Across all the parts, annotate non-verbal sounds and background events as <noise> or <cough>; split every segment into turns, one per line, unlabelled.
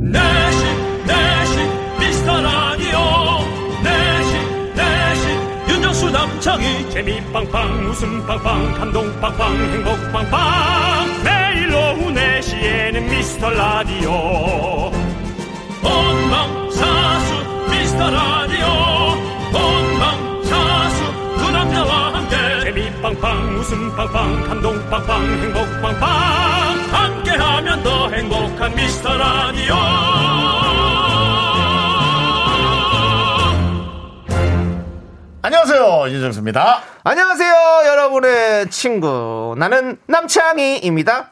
내식 내식 미스터라디오 내식 내식 윤정수 남창희
재미 빵빵 웃음 빵빵 감동 빵빵 행복 빵빵 매일 오후 4시에는 미스터 라디오
본방사수 미스터라디오 본방사수 그 남자와 함께
재미 빵빵 웃음 빵빵 감동 빵빵 행복 빵빵
함께하면 더 행복한 미스터라디오
안녕하세요 윤정수입니다.
안녕하세요, 여러분의 친구. 나는 남창희입니다.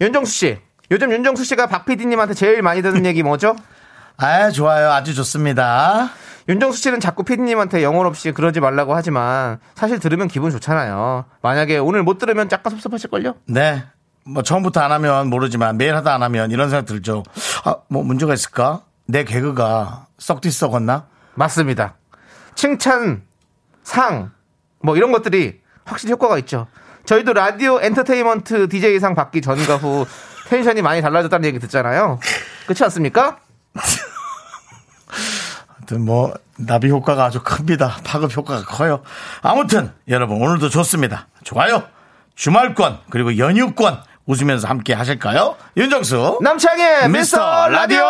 윤정수 씨. 요즘 윤정수 씨가 박 PD님한테 제일 많이 듣는 얘기 뭐죠?
<laughs> 아 좋아요 아주 좋습니다.
윤정수 씨는 자꾸 PD님한테 영혼 없이 그러지 말라고 하지만 사실 들으면 기분 좋잖아요. 만약에 오늘 못 들으면 약간 섭섭하실걸요?
네. 뭐 처음부터 안 하면 모르지만 매일 하다 안 하면 이런 생각 들죠. 아, 뭐 문제가 있을까? 내 개그가 썩 뒤썩었나?
맞습니다. 칭찬, 상, 뭐 이런 것들이 확실히 효과가 있죠. 저희도 라디오 엔터테인먼트 DJ상 받기 전과 후
<laughs>
텐션이 많이 달라졌다는 얘기 듣잖아요. 그렇지 않습니까?
하여튼 뭐 나비 효과가 아주 큽니다. 파급 효과가 커요. 아무튼 여러분 오늘도 좋습니다. 좋아요. 주말권 그리고 연휴권 웃으면서 함께 하실까요? 윤정수.
남창의 미스터 라디오!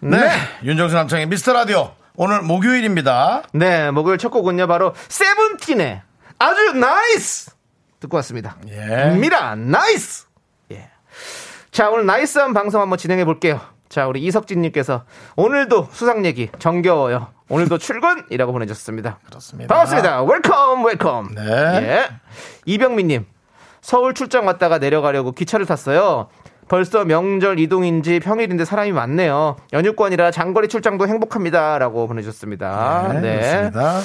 네. 윤정수 남창의 미스터 라디오. 오늘 목요일입니다.
네, 목요일 첫 곡은요, 바로 세븐틴의 아주 나이스! 듣고 왔습니다.
예.
미라, 나이스! 예. 자, 오늘 나이스한 방송 한번 진행해 볼게요. 자, 우리 이석진님께서 오늘도 수상 얘기 정겨워요.
<laughs>
오늘도 출근이라고 보내주셨습니다.
그렇습니다.
반갑습니다. 웰컴, 웰컴.
네.
예. 이병민님, 서울 출장 왔다가 내려가려고 기차를 탔어요. 벌써 명절 이동인지 평일인데 사람이 많네요. 연휴권이라 장거리 출장도 행복합니다라고 보내주셨습니다.
네. 그렇습니다.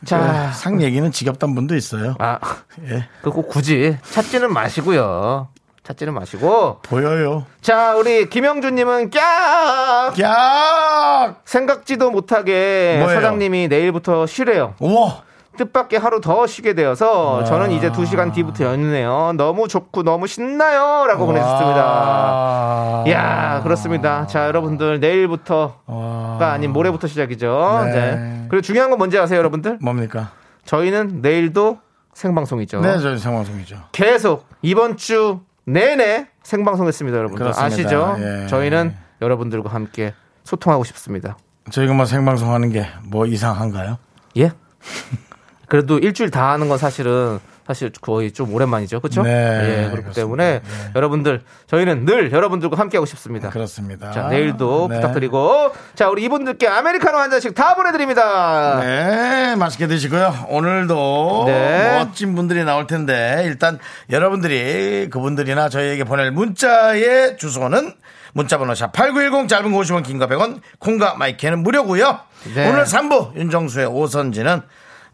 그
자,
상 얘기는 지겹단 분도 있어요.
아,
예.
그거 굳이 찾지는 마시고요. 찾지는 마시고.
보여요.
자, 우리 김영준님은 깍!
야!
생각지도 못하게
뭐예요?
사장님이 내일부터 쉬래요.
우와!
뜻밖의 하루 더 쉬게 되어서
와.
저는 이제 2시간 뒤부터 연휴네요. 너무 좋고 너무 신나요. 라고 보내주셨습니다.
와.
이야, 그렇습니다. 자, 여러분들 내일부터가
와.
아닌 모레부터 시작이죠.
네.
네. 그리고 중요한 건 뭔지 아세요, 여러분들?
뭡니까?
저희는 내일도 생방송이죠.
네, 저희 생방송이죠.
계속 이번 주 내내 생방송했습니다, 여러분들.
그렇습니다.
아시죠?
예.
저희는 여러분들과 함께 소통하고 싶습니다.
저희가 뭐 생방송하는 게 뭐 이상한가요?
예? 그래도 일주일 다 하는 건 사실은 사실 거의 좀 오랜만이죠, 그렇죠?
네,
예, 그렇기
그렇습니다. 네.
때문에 여러분들 저희는 늘 여러분들과 함께하고 싶습니다.
그렇습니다.
자, 내일도
네.
부탁드리고 자, 우리 이분들께 아메리카노 한 잔씩 다 보내드립니다.
네, 맛있게 드시고요. 오늘도
아. 네.
멋진 분들이 나올 텐데 일단 여러분들이 그분들이나 저희에게 보낼 문자의 주소는 문자번호 샵 8910 짧은 거 50원 긴가 100원 콩과 마이크는 무료고요.
네.
오늘 3부 윤정수의 오선지는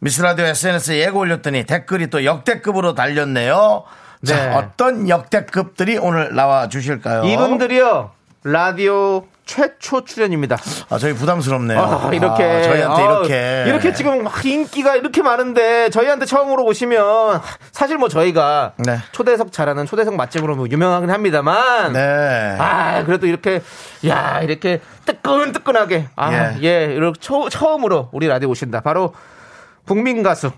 미스라디오 SNS 에 예고 올렸더니 댓글이 또 역대급으로 달렸네요.
네.
자, 어떤 역대급들이 오늘 나와 주실까요?
이분들이요 라디오 최초 출연입니다.
아, 저희 부담스럽네요.
아, 이렇게
아, 저희한테
아,
이렇게
이렇게 지금 막 인기가 이렇게 많은데 저희한테 처음으로 오시면 사실 뭐 저희가
네.
초대석 잘하는 초대석 맛집으로 뭐 유명하긴 합니다만
네.
아 그래도 이렇게 야 이렇게 뜨끈뜨끈하게 아예
예.
이렇게 처, 처음으로 우리 라디오 오신다 바로 국민 가수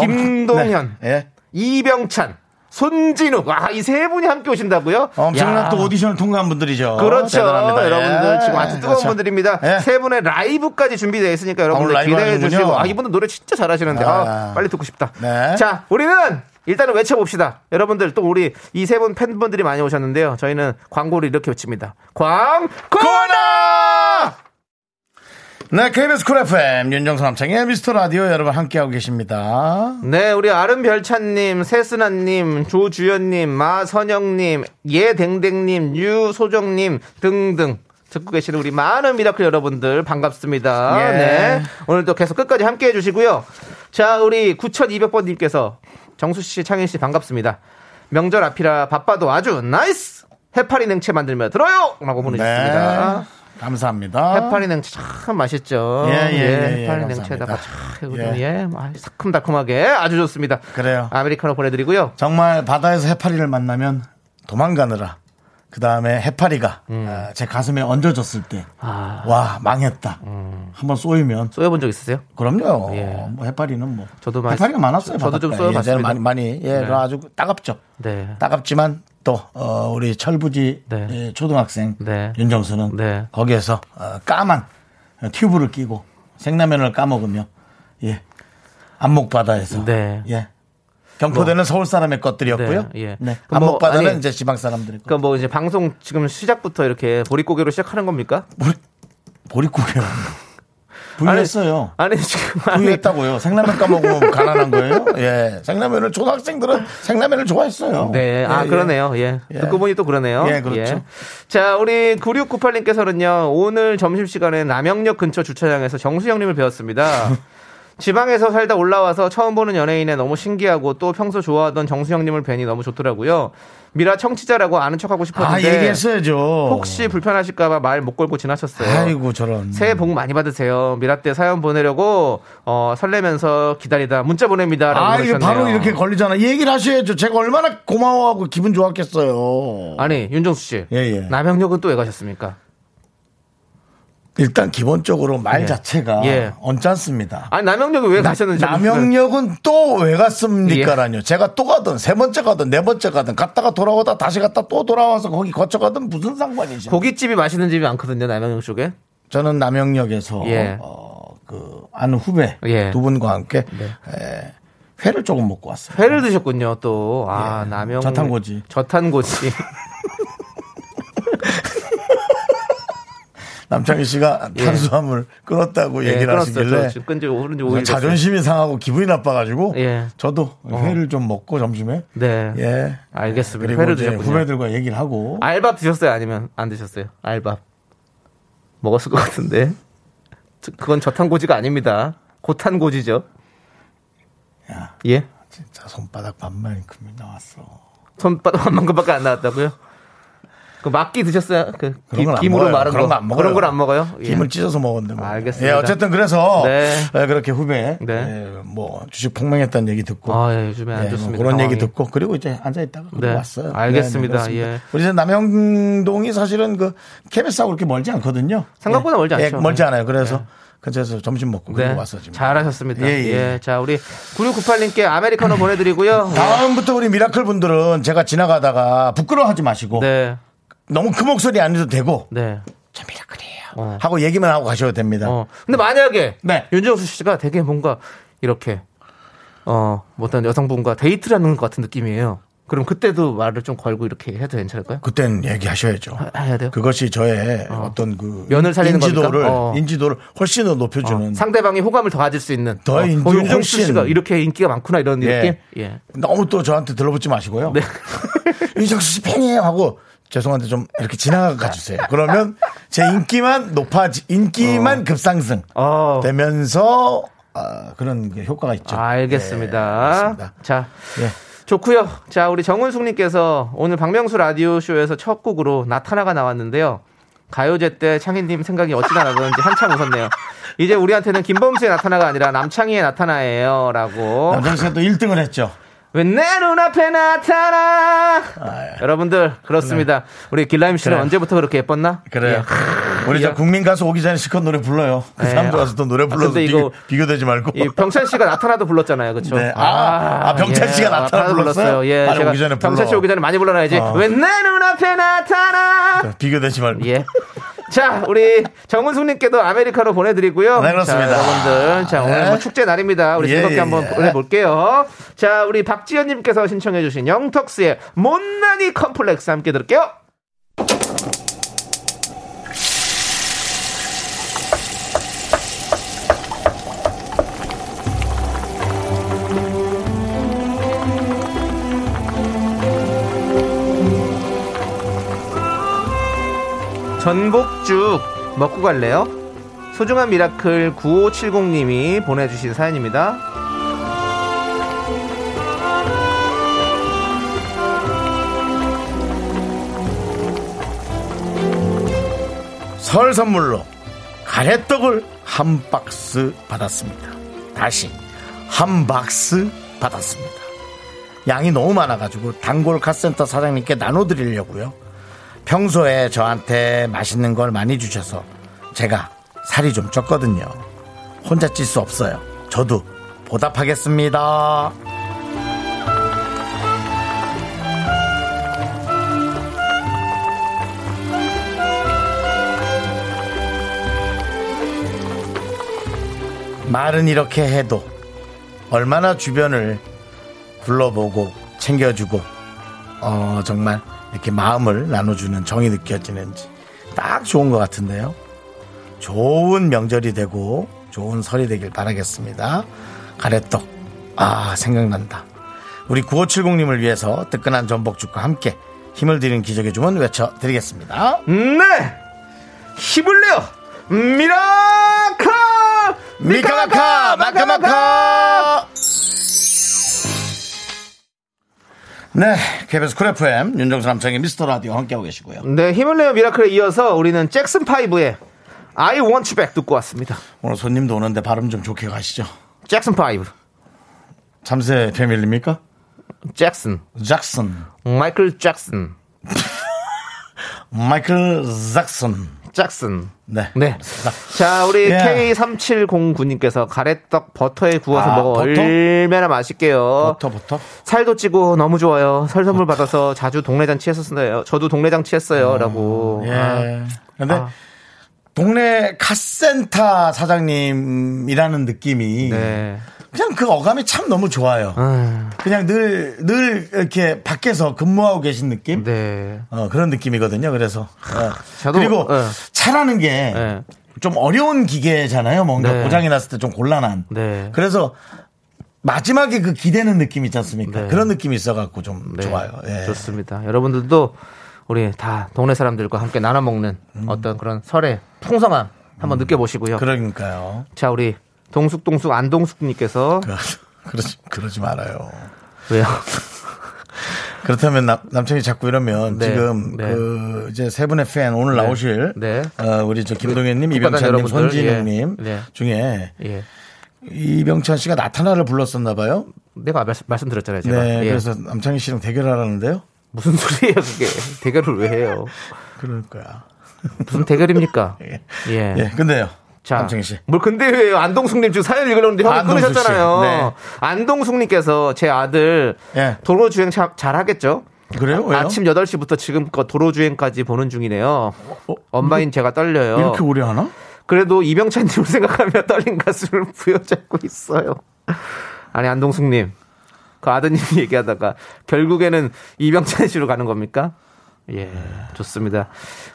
김동현
네. 예.
이병찬 손진욱 와이 세 분이 함께 오신다고요?
엄청난
야.
또 오디션을 통과한 분들이죠.
그렇죠.
어, 대단합니다.
여러분들
예.
지금 아주 뜨거운
그렇죠.
분들입니다.
예.
세 분의 라이브까지 준비되어 있으니까
오늘
여러분들
라이브
기대해
하는군요.
주시고 아 이분들 노래 진짜 잘하시는데 아,
아.
빨리 듣고 싶다.
네.
자, 우리는 일단은 외쳐봅시다. 여러분들 또 우리 이 세 분 팬분들이 많이 오셨는데요. 저희는 광고를 이렇게 외칩니다. 광고나
네, KBS 쿨 FM 윤정수 남창의 미스터 라디오 여러분 함께하고 계십니다.
네, 우리 아름별찬님, 세스나님, 조주연님, 마선영님, 예댕댕님, 유소정님 등등 듣고 계시는 우리 많은 미라클 여러분들 반갑습니다.
예.
네. 오늘도 계속 끝까지 함께 해주시고요. 자, 우리 9200번님께서 정수씨, 창일씨 반갑습니다. 명절 앞이라 바빠도 아주 나이스! 해파리 냉채 만들며 들어요! 라고 보내주셨습니다.
네. 감사합니다.
해파리 냉채 참 맛있죠.
예, 예, 예, 예,
해파리
감사합니다.
냉채에다가 촥
예.
그냥 예, 막 사큼달큼하게 아주 좋습니다.
그래요.
아메리카노 보내드리고요.
정말 바다에서 해파리를 만나면 도망가느라 그 다음에 해파리가 아, 제 가슴에 얹어졌을 때,
아,
와, 망했다. 한번 쏘이면.
음. 쏘여본 적 있으세요?
그럼요.
예.
뭐 해파리는 뭐.
저도 많이
해파리가
쏘-
많았어요.
저도 좀
바닷가에.
쏘여봤습니다.
예전에 많이, 많이. 예, 그거 아주 따갑죠.
네.
따갑지만 또, 어, 우리 철부지
네.
예, 초등학생
네.
윤정수는
네.
거기에서 어, 까만 튜브를 끼고 생라면을 까먹으며, 예. 안목바다에서.
네.
예. 경포대는
뭐.
서울 사람의 것들이었고요.
네, 예.
네.
그럼 뭐,
안목바다는
아니,
이제 지방 사람들의 것.
그러니까 뭐 이제 방송 지금 시작부터 이렇게 보릿고개로 시작하는 겁니까?
보리- 보릿고개요. 부유했어요.
<laughs> 아니 지금 아니
부유했다고요. 생라면 까먹으면 가난한 거예요. 예. 생라면을 초등학생들은 생라면을 좋아했어요.
네, 아,
예, 예.
그러네요. 예.
예.
듣고 보니 또 그러네요.
예, 그렇죠.
자, 우리 9698님께서는요, 오늘 점심시간에 남영역 근처 주차장에서
<laughs>
정수영님을 배웠습니다. 지방에서 살다 올라와서 처음 보는 연예인에 너무 신기하고 또 평소 좋아하던 정수영님을 뵈니 너무 좋더라고요. 미라 청취자라고 아는 척하고
아,
싶었는데
얘기했어야죠.
혹시 불편하실까봐 말 못 걸고 지나쳤어요.
아이고 저런.
새해 복 많이 받으세요. 미라 때 사연 보내려고 어, 설레면서 기다리다 문자 보냅니다라고
아, 이게
보내셨네요.
바로 이렇게 걸리잖아. 얘기를 하셔야죠. 제가 얼마나 고마워하고 기분 좋았겠어요.
아니 네, 윤정수 씨
예, 예.
남영역은 또 왜 가셨습니까?
일단 기본적으로 말
예.
자체가
예.
언짢습니다.
아니 남영역은 왜 가셨는지 예.
남영역은 또 왜 갔습니까라뇨. 제가 또 가든 세 번째 가든 네 번째 가든 갔다가 돌아오다 다시 갔다 또 돌아와서 거기 거쳐가든 무슨 상관이죠.
고깃집이 맛있는 집이 많거든요 남영역 쪽에
저는 남영역에서
예.
어, 그 아는 후배
예.
두 분과 함께 에, 회를 조금 먹고 왔어요.
회를 드셨군요 또 아
예.
남영
저탄고지.
저탄고지
남창희 씨가 탄수화물 끊었다고
예,
얘기를 하시길래
지금 끈지 오른지 오일
자존심이 상하고 기분이 나빠가지고
예.
저도 회를 좀 먹고 점심에
네
예
알겠습니다
그리고
회를
이제
드셨군요
후배들과 얘기를 하고
<laughs> 알밥 드셨어요 아니면 안 드셨어요 알밥 먹었을 것 같은데 저- 그건 저탄고지가 아닙니다 고탄고지죠
야.
예
진짜 손바닥 반만큼이 나왔어.
손바닥 한 만큼밖에 안 나왔다고요? 그 막기 드셨어요? 그
그런 건안
김, 으로
먹어요.
말한
그런
거.
건안 먹어요.
그런 걸 안 먹어요? 예.
김을 찢어서 먹었는데 뭐.
알겠습니다.
예, 어쨌든 그래서
네.
예, 그렇게 후배
네.
예, 뭐 주식 폭망했다는 얘기 듣고
아, 예, 요즘에 안
네, 뭐
좋습니다.
그런
상황이.
얘기 듣고 그리고 이제 앉아 있다가
네,
왔어요. 네,
알겠습니다.
그렇습니다.
예.
우리 이제 남영동이 사실은 그 KBS하고 그렇게 멀지 않거든요.
생각보다 멀지
예,
않죠.
멀지
네.
않아요. 그래서 근처에서 점심 먹고
네.
그리고 왔어 지금.
잘하셨습니다.
예,
예,
예.
자, 우리 9698님께 아메리카노 보내드리고요.
<laughs>
예.
다음부터 우리 미라클 분들은 제가 지나가다가 부끄러워하지 마시고
네.
너무 큰 목소리 안 해도 되고
네.
저 미라클이에요
어.
하고 얘기만 하고 가셔도 됩니다.
어. 근데 만약에
네.
윤정수 씨가 되게 뭔가 이렇게 어, 어떤 여성분과 데이트를 하는 것 같은 느낌이에요. 그럼 그때도 말을 좀 걸고 이렇게 해도 괜찮을까요?
그땐 얘기하셔야죠.
하- 해야 돼요?
그것이 저의 어. 떤그
면을 살리는
인지도를
겁니까? 어.
인지도를 훨씬 더 높여주는
상대방이 호감을 더 가질 수 있는 어,
더 인지-
윤정수
훨씬-
씨가 이렇게 인기가 많구나 이런 느낌. 예.
너무 또 저한테 들러붙지 마시고요.
네.
윤정수 씨 <laughs> 팬이에요 하고 죄송한데 좀 이렇게 지나가 가주세요. 그러면 제 인기만 높아지, 인기만 급상승
어.
되면서 아, 그런 그 효과가 있죠.
알겠습니다.
알겠습니다.
자,
예.
좋고요. 자, 우리 정은숙님께서 오늘 박명수 라디오 쇼에서 첫 곡으로 나타나가 나왔는데요. 가요제 때 창희님 생각이 어찌나 나던지 한참 웃었네요. 이제 우리한테는 김범수의 나타나가 아니라 남창희의 나타나예요라고.
남정 씨가 또 1등을 했죠.
왜 내 눈앞에 나타나?
예.
여러분들 그렇습니다. 우리 길라임 씨는
그래요.
언제부터 그렇게 예뻤나?
그래요. 우리 저 국민 가수 오기 전에 실컷 노래 불러요. 그
예.
사람들 와서 또 노래 불러서
근데 이거-
비교, 되지 말고.
이 병찬 씨가 나타나도 불렀잖아요, 예. 그렇죠?
네. 아, 아, 병찬 씨가 나타나 불렀어요?
예,
빨리
제가
오기 전에 불러.
병찬 씨 오기 전에 많이 불러놔야지.
어. 그
왜 내 눈앞에 나타나?
비교되지 말고.
예. 자, 우리 정은숙님께도 아메리카노 보내드리고요.
네, 그렇습니다.
자, 여러분들, 자 오늘
네.
뭐 축제 날입니다. 우리
예,
즐겁게
예,
한번
예.
보내볼게요. 자, 우리 박지연님께서 신청해주신 영턱스의 못난이 컴플렉스 함께 들을게요. 전복죽 먹고 갈래요? 소중한 미라클 9570님이 보내주신 사연입니다.
설 선물로 가래떡을 한 박스 받았습니다. 다시 한 박스 받았습니다. 양이 너무 많아가지고 단골 카센터 사장님께 나눠드리려고요. 평소에 저한테 맛있는 걸 많이 주셔서 제가 살이 좀 쪘거든요. 혼자 찔 수 없어요. 저도 보답하겠습니다. 말은 이렇게 해도 얼마나 주변을 둘러보고 챙겨주고 어, 정말 이렇게 마음을 나눠주는 정이 느껴지는지 딱 좋은 것 같은데요. 좋은 명절이 되고 좋은 설이 되길 바라겠습니다. 가래떡 아 생각난다. 우리 9570님을 위해서 뜨끈한 전복죽과 함께 힘을 드리는 기적의 주문 외쳐드리겠습니다.
네! 힘을 내요! 미라클!
미카마카 마카마카 네 KBS 쿨 FM 윤정수 남창의 미스터라디오 함께하고 계시고요
네, 힘을 내요 미라클에 이어서 우리는 잭슨5의 I want you back 듣고 왔습니다.
오늘 손님도 오는데 발음 좀 좋게 가시죠
잭슨5.
잠새 패밀리입니까?
잭슨.
잭슨
마이클 잭슨.
마이클 잭슨
잭슨.
네,
네. 자, 우리
예.
K3709님께서 가래떡 버터에 구워서
아,
먹어
버터?
얼마나 맛있게요.
버터 버터
살도 찌고 너무 좋아요. 설 선물 받아서 자주 동네 잔치 했었어요. 저도 동네 잔치 했어요라고.
예
아,
근데
아.
동네 카센터 사장님이라는 느낌이
네.
그냥 그 어감이 참 너무 좋아요
아,
그냥 늘, 늘 이렇게 밖에서 근무하고 계신 느낌?
네.
어, 그런 느낌이거든요. 그래서. 어.
저도,
그리고
예.
차라는 게 좀
예.
어려운 기계잖아요. 뭔가
네.
고장이 났을 때 좀 곤란한.
네.
그래서 마지막에 그 기대는 느낌 있지 않습니까?
네.
그런 느낌이 있어갖고 좀
네.
좋아요. 예.
좋습니다. 여러분들도 우리 다 동네 사람들과 함께 나눠 먹는 어떤 그런 설의 풍성함 한번 느껴보시고요.
음. 그러니까요.
자, 우리 동숙동숙 안동숙님께서
<laughs> 그- 그러지, 그러지 말아요.
왜요?
<laughs> 그렇다면 남, 남편이 자꾸 이러면
네.
지금
네.
그 이제 세 분의 팬 오늘 나오실
네.
어, 우리 저 김동현님,
그
이병찬님,
여러분들,
손진웅님
예. 네.
중에
예.
이병찬 씨가 나타나를 불렀었나 봐요.
내가 말씀, 말씀드렸잖아요, 제가.
네,
예.
그래서 남창희 씨랑 대결하라는데요.
무슨 <laughs> 소리예요, 그게? 대결을 왜 해요?
그럴 거야.
무슨 대결입니까?
<laughs> 예.
예.
예, 근데요.
자,
남창희 씨.
뭘뭐 근데 왜요? 안동숙님 지금 사연 읽으려는데 형이
안동숙
끊으셨잖아요.
씨, 네.
안동숙님께서 제 아들
예.
도로 주행 참 잘하겠죠?
그래요? 왜요?
아침 8시부터 지금껏 도로 주행까지 보는 중이네요.
어?
엄마인 제가 떨려요.
이렇게 오래 하나?
그래도 이병찬님을 <laughs> 생각하며 떨린 가슴을 <laughs> 부여잡고 있어요. 아니 안동숙님, 그 아드님이 <laughs> 얘기하다가 결국에는 이병찬 씨로 가는 겁니까? 예, 좋습니다.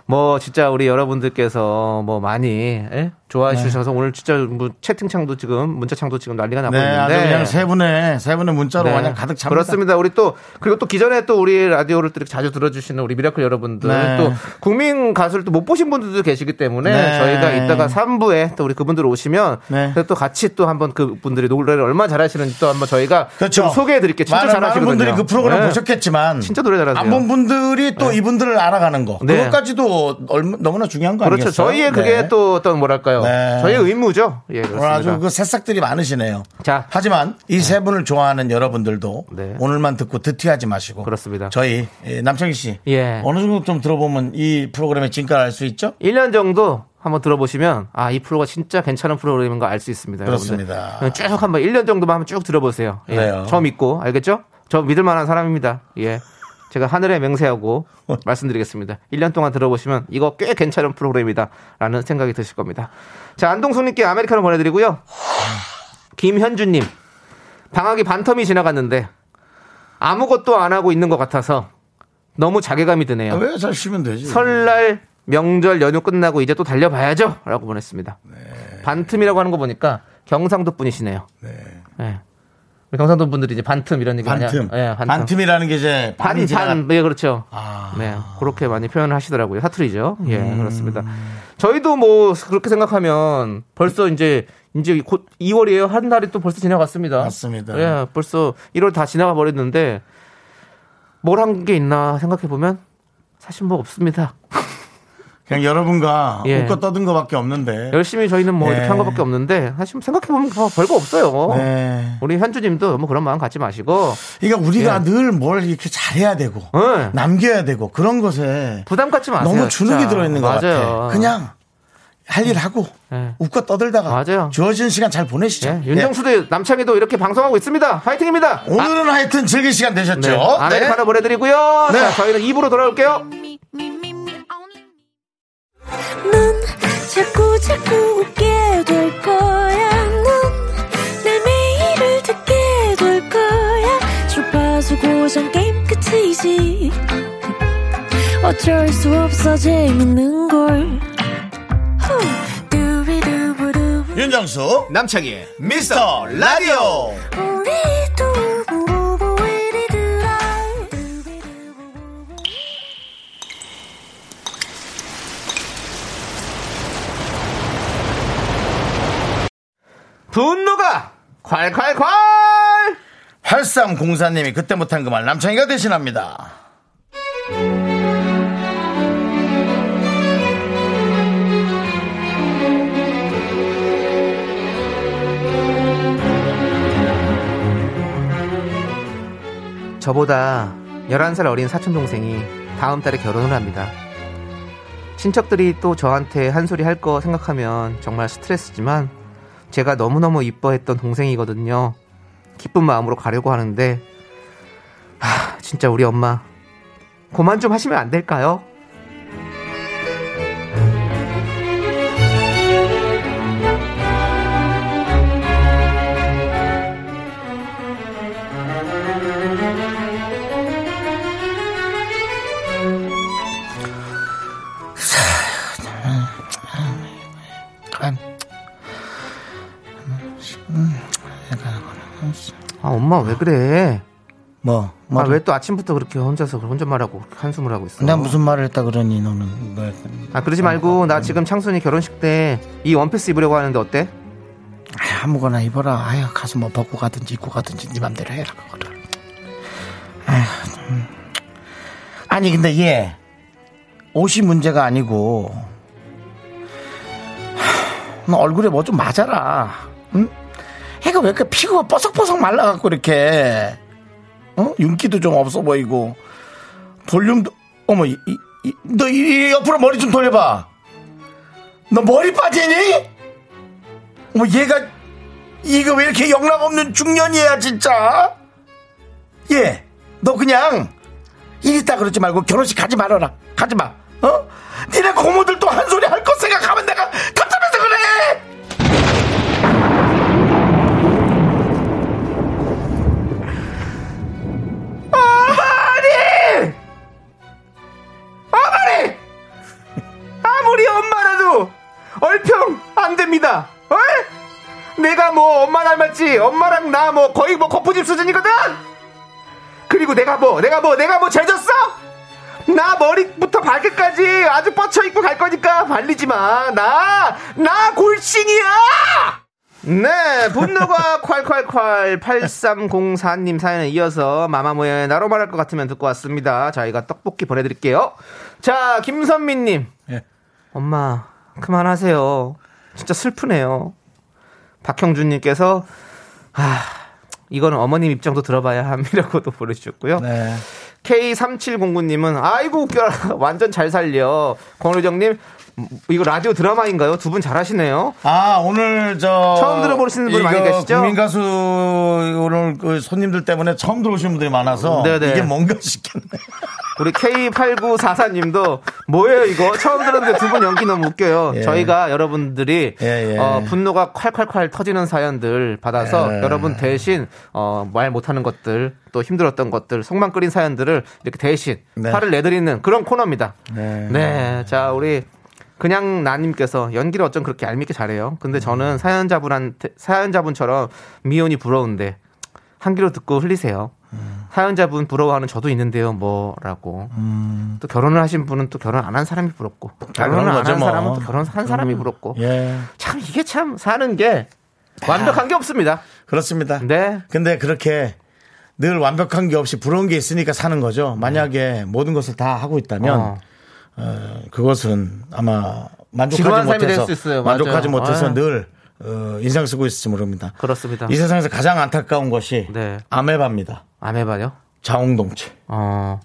뭐 진짜 우리 여러분들께서 뭐 많이 예?
네.
좋아해 주셔서 오늘 진짜 뭐 채팅창도 지금 문자창도 지금 난리가 나고
네, 아주
있는데.
그냥 세 분의 세 분의 문자로
네.
그냥 가득 찹니다.
그렇습니다. 우리 또 그리고 또 기존에 또 우리 라디오를 또 이렇게 자주 들어주시는 우리 미라클 여러분들
네.
또 국민 가수를 또 못 보신 분들도 계시기 때문에
네.
저희가 이따가 3부에 또 우리 그분들 오시면
네.
그래서 또 같이 또 한번 그분들이 노래를 얼마나 잘하시는지 또 한번 저희가 좀 소개해드릴게요. 진짜
그렇죠. 많은,
잘하시거든요.
많은 분들이 그 프로그램
네.
보셨겠지만
진짜 노래 잘하세요.
안 본 분들이 또 이분들을 알아가는 거
네.
그것까지도 얼마, 너무나 중요한 거
그렇죠.
아니겠어요?
저희의 그게
네.
또 어떤 뭐랄까요.
네.
저희의 의무죠. 예,
오늘
그렇습니다.
아주 그 새싹들이 많으시네요.
자.
하지만 이 세 분을 좋아하는 여러분들도
네.
오늘만 듣고 드티하지 마시고
그렇습니다.
저희 예, 남창희 씨
예.
어느 정도 좀 들어보면 이 프로그램의 진가를 알 수 있죠?
1년 정도 한번 들어보시면 아 이 프로가 진짜 괜찮은 프로그램인 거 알 수 있습니다. 여러분들. 네,
그렇습니다.
쭉 한번 1년 정도만 한번 쭉 들어보세요. 예.
그래요.
저 믿고 알겠죠? 저 믿을 만한 사람입니다. 예. 제가
<laughs>
하늘에 맹세하고 말씀드리겠습니다. 1년 동안 들어보시면 이거 꽤 괜찮은 프로그램이다라는 생각이 드실 겁니다. 자, 안동숙님께 아메리카노 보내드리고요. 김현주님, 방학이 반텀이 지나갔는데 아무것도 안 하고 있는 것 같아서 너무 자괴감이 드네요.
아, 왜 잘 쉬면 되지?
설날 명절 연휴 끝나고 이제 또 달려봐야죠. 라고 보냈습니다.
네.
반틈이라고 하는 거 보니까 경상도 분이시네요. 예. 우리 경상도 분들이 이제 반틈 이런 얘기 많이
반틈.
하- 예, 반틈.
반틈이라는 게 이제
반,
반이잖아.
반, 예, 그렇죠.
음, 아. 음.
네, 그렇게 많이 표현을 하시더라고요. 사투리죠. 예, 그렇습니다. 저희도 뭐, 그렇게 생각하면 벌써 이제, 이제 곧 2월이에요. 한 달이 또 벌써 지나갔습니다.
맞습니다.
예, 벌써 1월 다 지나가 버렸는데, 뭘 한 게 있나 생각해보면, 사실 뭐 없습니다.
그냥 여러분과
예.
웃고 떠든 것밖에 없는데.
열심히 저희는 뭐
네.
이렇게 한 것밖에 없는데 사실 생각해보면 뭐 별거 없어요.
네.
우리 현주님도 너무 그런 마음 갖지 마시고
그러니까 우리가
예.
늘 뭘 이렇게 잘해야 되고
네.
남겨야 되고 그런 것에
부담 갖지 마세요.
너무 주눅이
진짜.
들어있는 것
맞아요.
같아. 그냥 할 일 하고
네.
웃고 떠들다가
맞아요.
주어진 시간 잘 보내시죠.
예, 윤정수도 남창희도 이렇게 방송하고 있습니다. 파이팅입니다.
예. 오늘은 하여튼 즐길 시간 되셨죠? 네.
네. 아메리카노 보내드리고요. 자, 저희는 2부로 돌아올게요.
me, me, me, me, only me. 넌 자꾸 자꾸 웃게 될 거야. 넌내 매일을 듣게 될 거야. 주파수 고정 게임 끝이지. 어쩔 수 없어 재밌는 걸. 후. 두비두부두.
윤정수
남창희.
미스터 라디오
우리 두부부부 우리 두라. 두비두부부부.
분노가 콸콸콸!
활삼 공사님이 그때 못한 그 말 남창이가 대신합니다.
저보다 11살 어린 사촌동생이 다음 달에 결혼을 합니다. 친척들이 또 저한테 한 소리 할 거 생각하면 정말 스트레스지만 제가 너무너무 이뻐했던 동생이거든요. 기쁜 마음으로 가려고 하는데, 하, 진짜 우리 엄마, 그만 좀 하시면 안 될까요? 아, 엄마 왜 그래?
뭐,
아,
뭐
왜 또 아침부터 그렇게 혼자서 그렇게 혼잣말하고 그렇게 한숨을 하고 있어?
내가 무슨 말을 했다 그러니 너는 뭐,
아, 그러지 말고 나 지금 창순이 결혼식 때 이 원피스 입으려고 하는데 어때?
아, 아무거나 입어라. 아야 가서 뭐 벗고 가든지 입고 가든지 네 맘대로 해라 그거를. 아휴, 음. 아니 근데 얘 옷이 문제가 아니고 하, 너 얼굴에 뭐 좀 맞아라. 응? 애가 왜 이렇게 피부가 뽀석뽀석 말라갖고 이렇게 어? 윤기도 좀 없어 보이고 볼륨도 어머 이, 이, 이- 너 이, 이 옆으로 머리 좀 돌려봐. 너 머리 빠지니? 뭐 얘가 이거 왜 이렇게 영락 없는 중년이야 진짜? 예, 너 그냥 일 있다 그러지 말고 결혼식 가지 말아라. 가지 마. 어? 니네 고모들 또 한 소리 할 것 생각하면 내가 답답해서 그래.
어머니! 어머니! 아무리 엄마라도 얼평 안 됩니다. 어? 내가 뭐 엄마 닮았지. 엄마랑 나 뭐 거의 뭐 거푸집 수준이거든. 그리고 내가 뭐 내가 뭐 내가 뭐 죄졌어? 나 머리부터 발끝까지 아주 뻗쳐 입고 갈 거니까 발리지 마. 나, 나 골싱이야! 네, 분노가 <laughs> 콸콸콸 8304님 사연에 이어서 마마무의 나로 말할 것 같으면 듣고 왔습니다. 저희가 떡볶이 보내드릴게요. 자, 김선미님.
예.
엄마, 그만하세요. 진짜 슬프네요. 박형준님께서, 아, 이거는 어머님 입장도 들어봐야 함이라고도 <laughs> 보내주셨고요.
네.
K3709님은 아이고 웃겨라 완전 잘 살려 권우정님 음, 이거 라디오 드라마인가요? 두 분 잘하시네요.
아 오늘 저
처음 들어보시는 분 많이
이거
계시죠?
국민 가수 오늘 그 손님들 때문에 처음 들어오신 분들이 많아서
네네.
이게 뭔가 싶겠네.
우리 K8944님도 뭐예요 이거 처음 들었는데 두 분 연기 너무 웃겨요.
<laughs> 예.
저희가 여러분들이
예, 예.
어, 분노가 콸콸콸 터지는 사연들 받아서
예.
여러분 대신 어, 말 못하는 것들 또 힘들었던 것들 속만 끓인 사연들을 이렇게 대신
네.
화를 내드리는 그런 코너입니다.
네.
네, 자 우리. 그냥 나님께서 연기를 어쩜 그렇게 얄밉게 잘해요.
음.
근데 저는 사연자분한테 사연자분처럼 미연이 부러운데 한 귀로 듣고 흘리세요.
음.
사연자분 부러워하는 저도 있는데요, 뭐라고. 또 결혼을 하신 분은 또 결혼 안 한 사람이 부럽고 결혼을
그런
안
거죠,
한
뭐.
사람은 또 결혼한 사람이 부럽고
예.
참 이게 참 사는 게 완벽한 게 없습니다.
그렇습니다.
네.
근데 그렇게
네.
늘 완벽한 게 없이 부러운 게 있으니까 사는 거죠. 만약에 모든 것을 다 하고 있다면
어.
어, 그것은 아마 만족하지
지루한 삶이
못해서
될수 있어요. 맞아요.
만족하지 못해서
아유.
늘 어, 인상 쓰고 있을지 모릅니다.
그렇습니다.
이 세상에서 가장 안타까운 것이
네.
아메바입니다.
아메바요?
자웅동체.
어.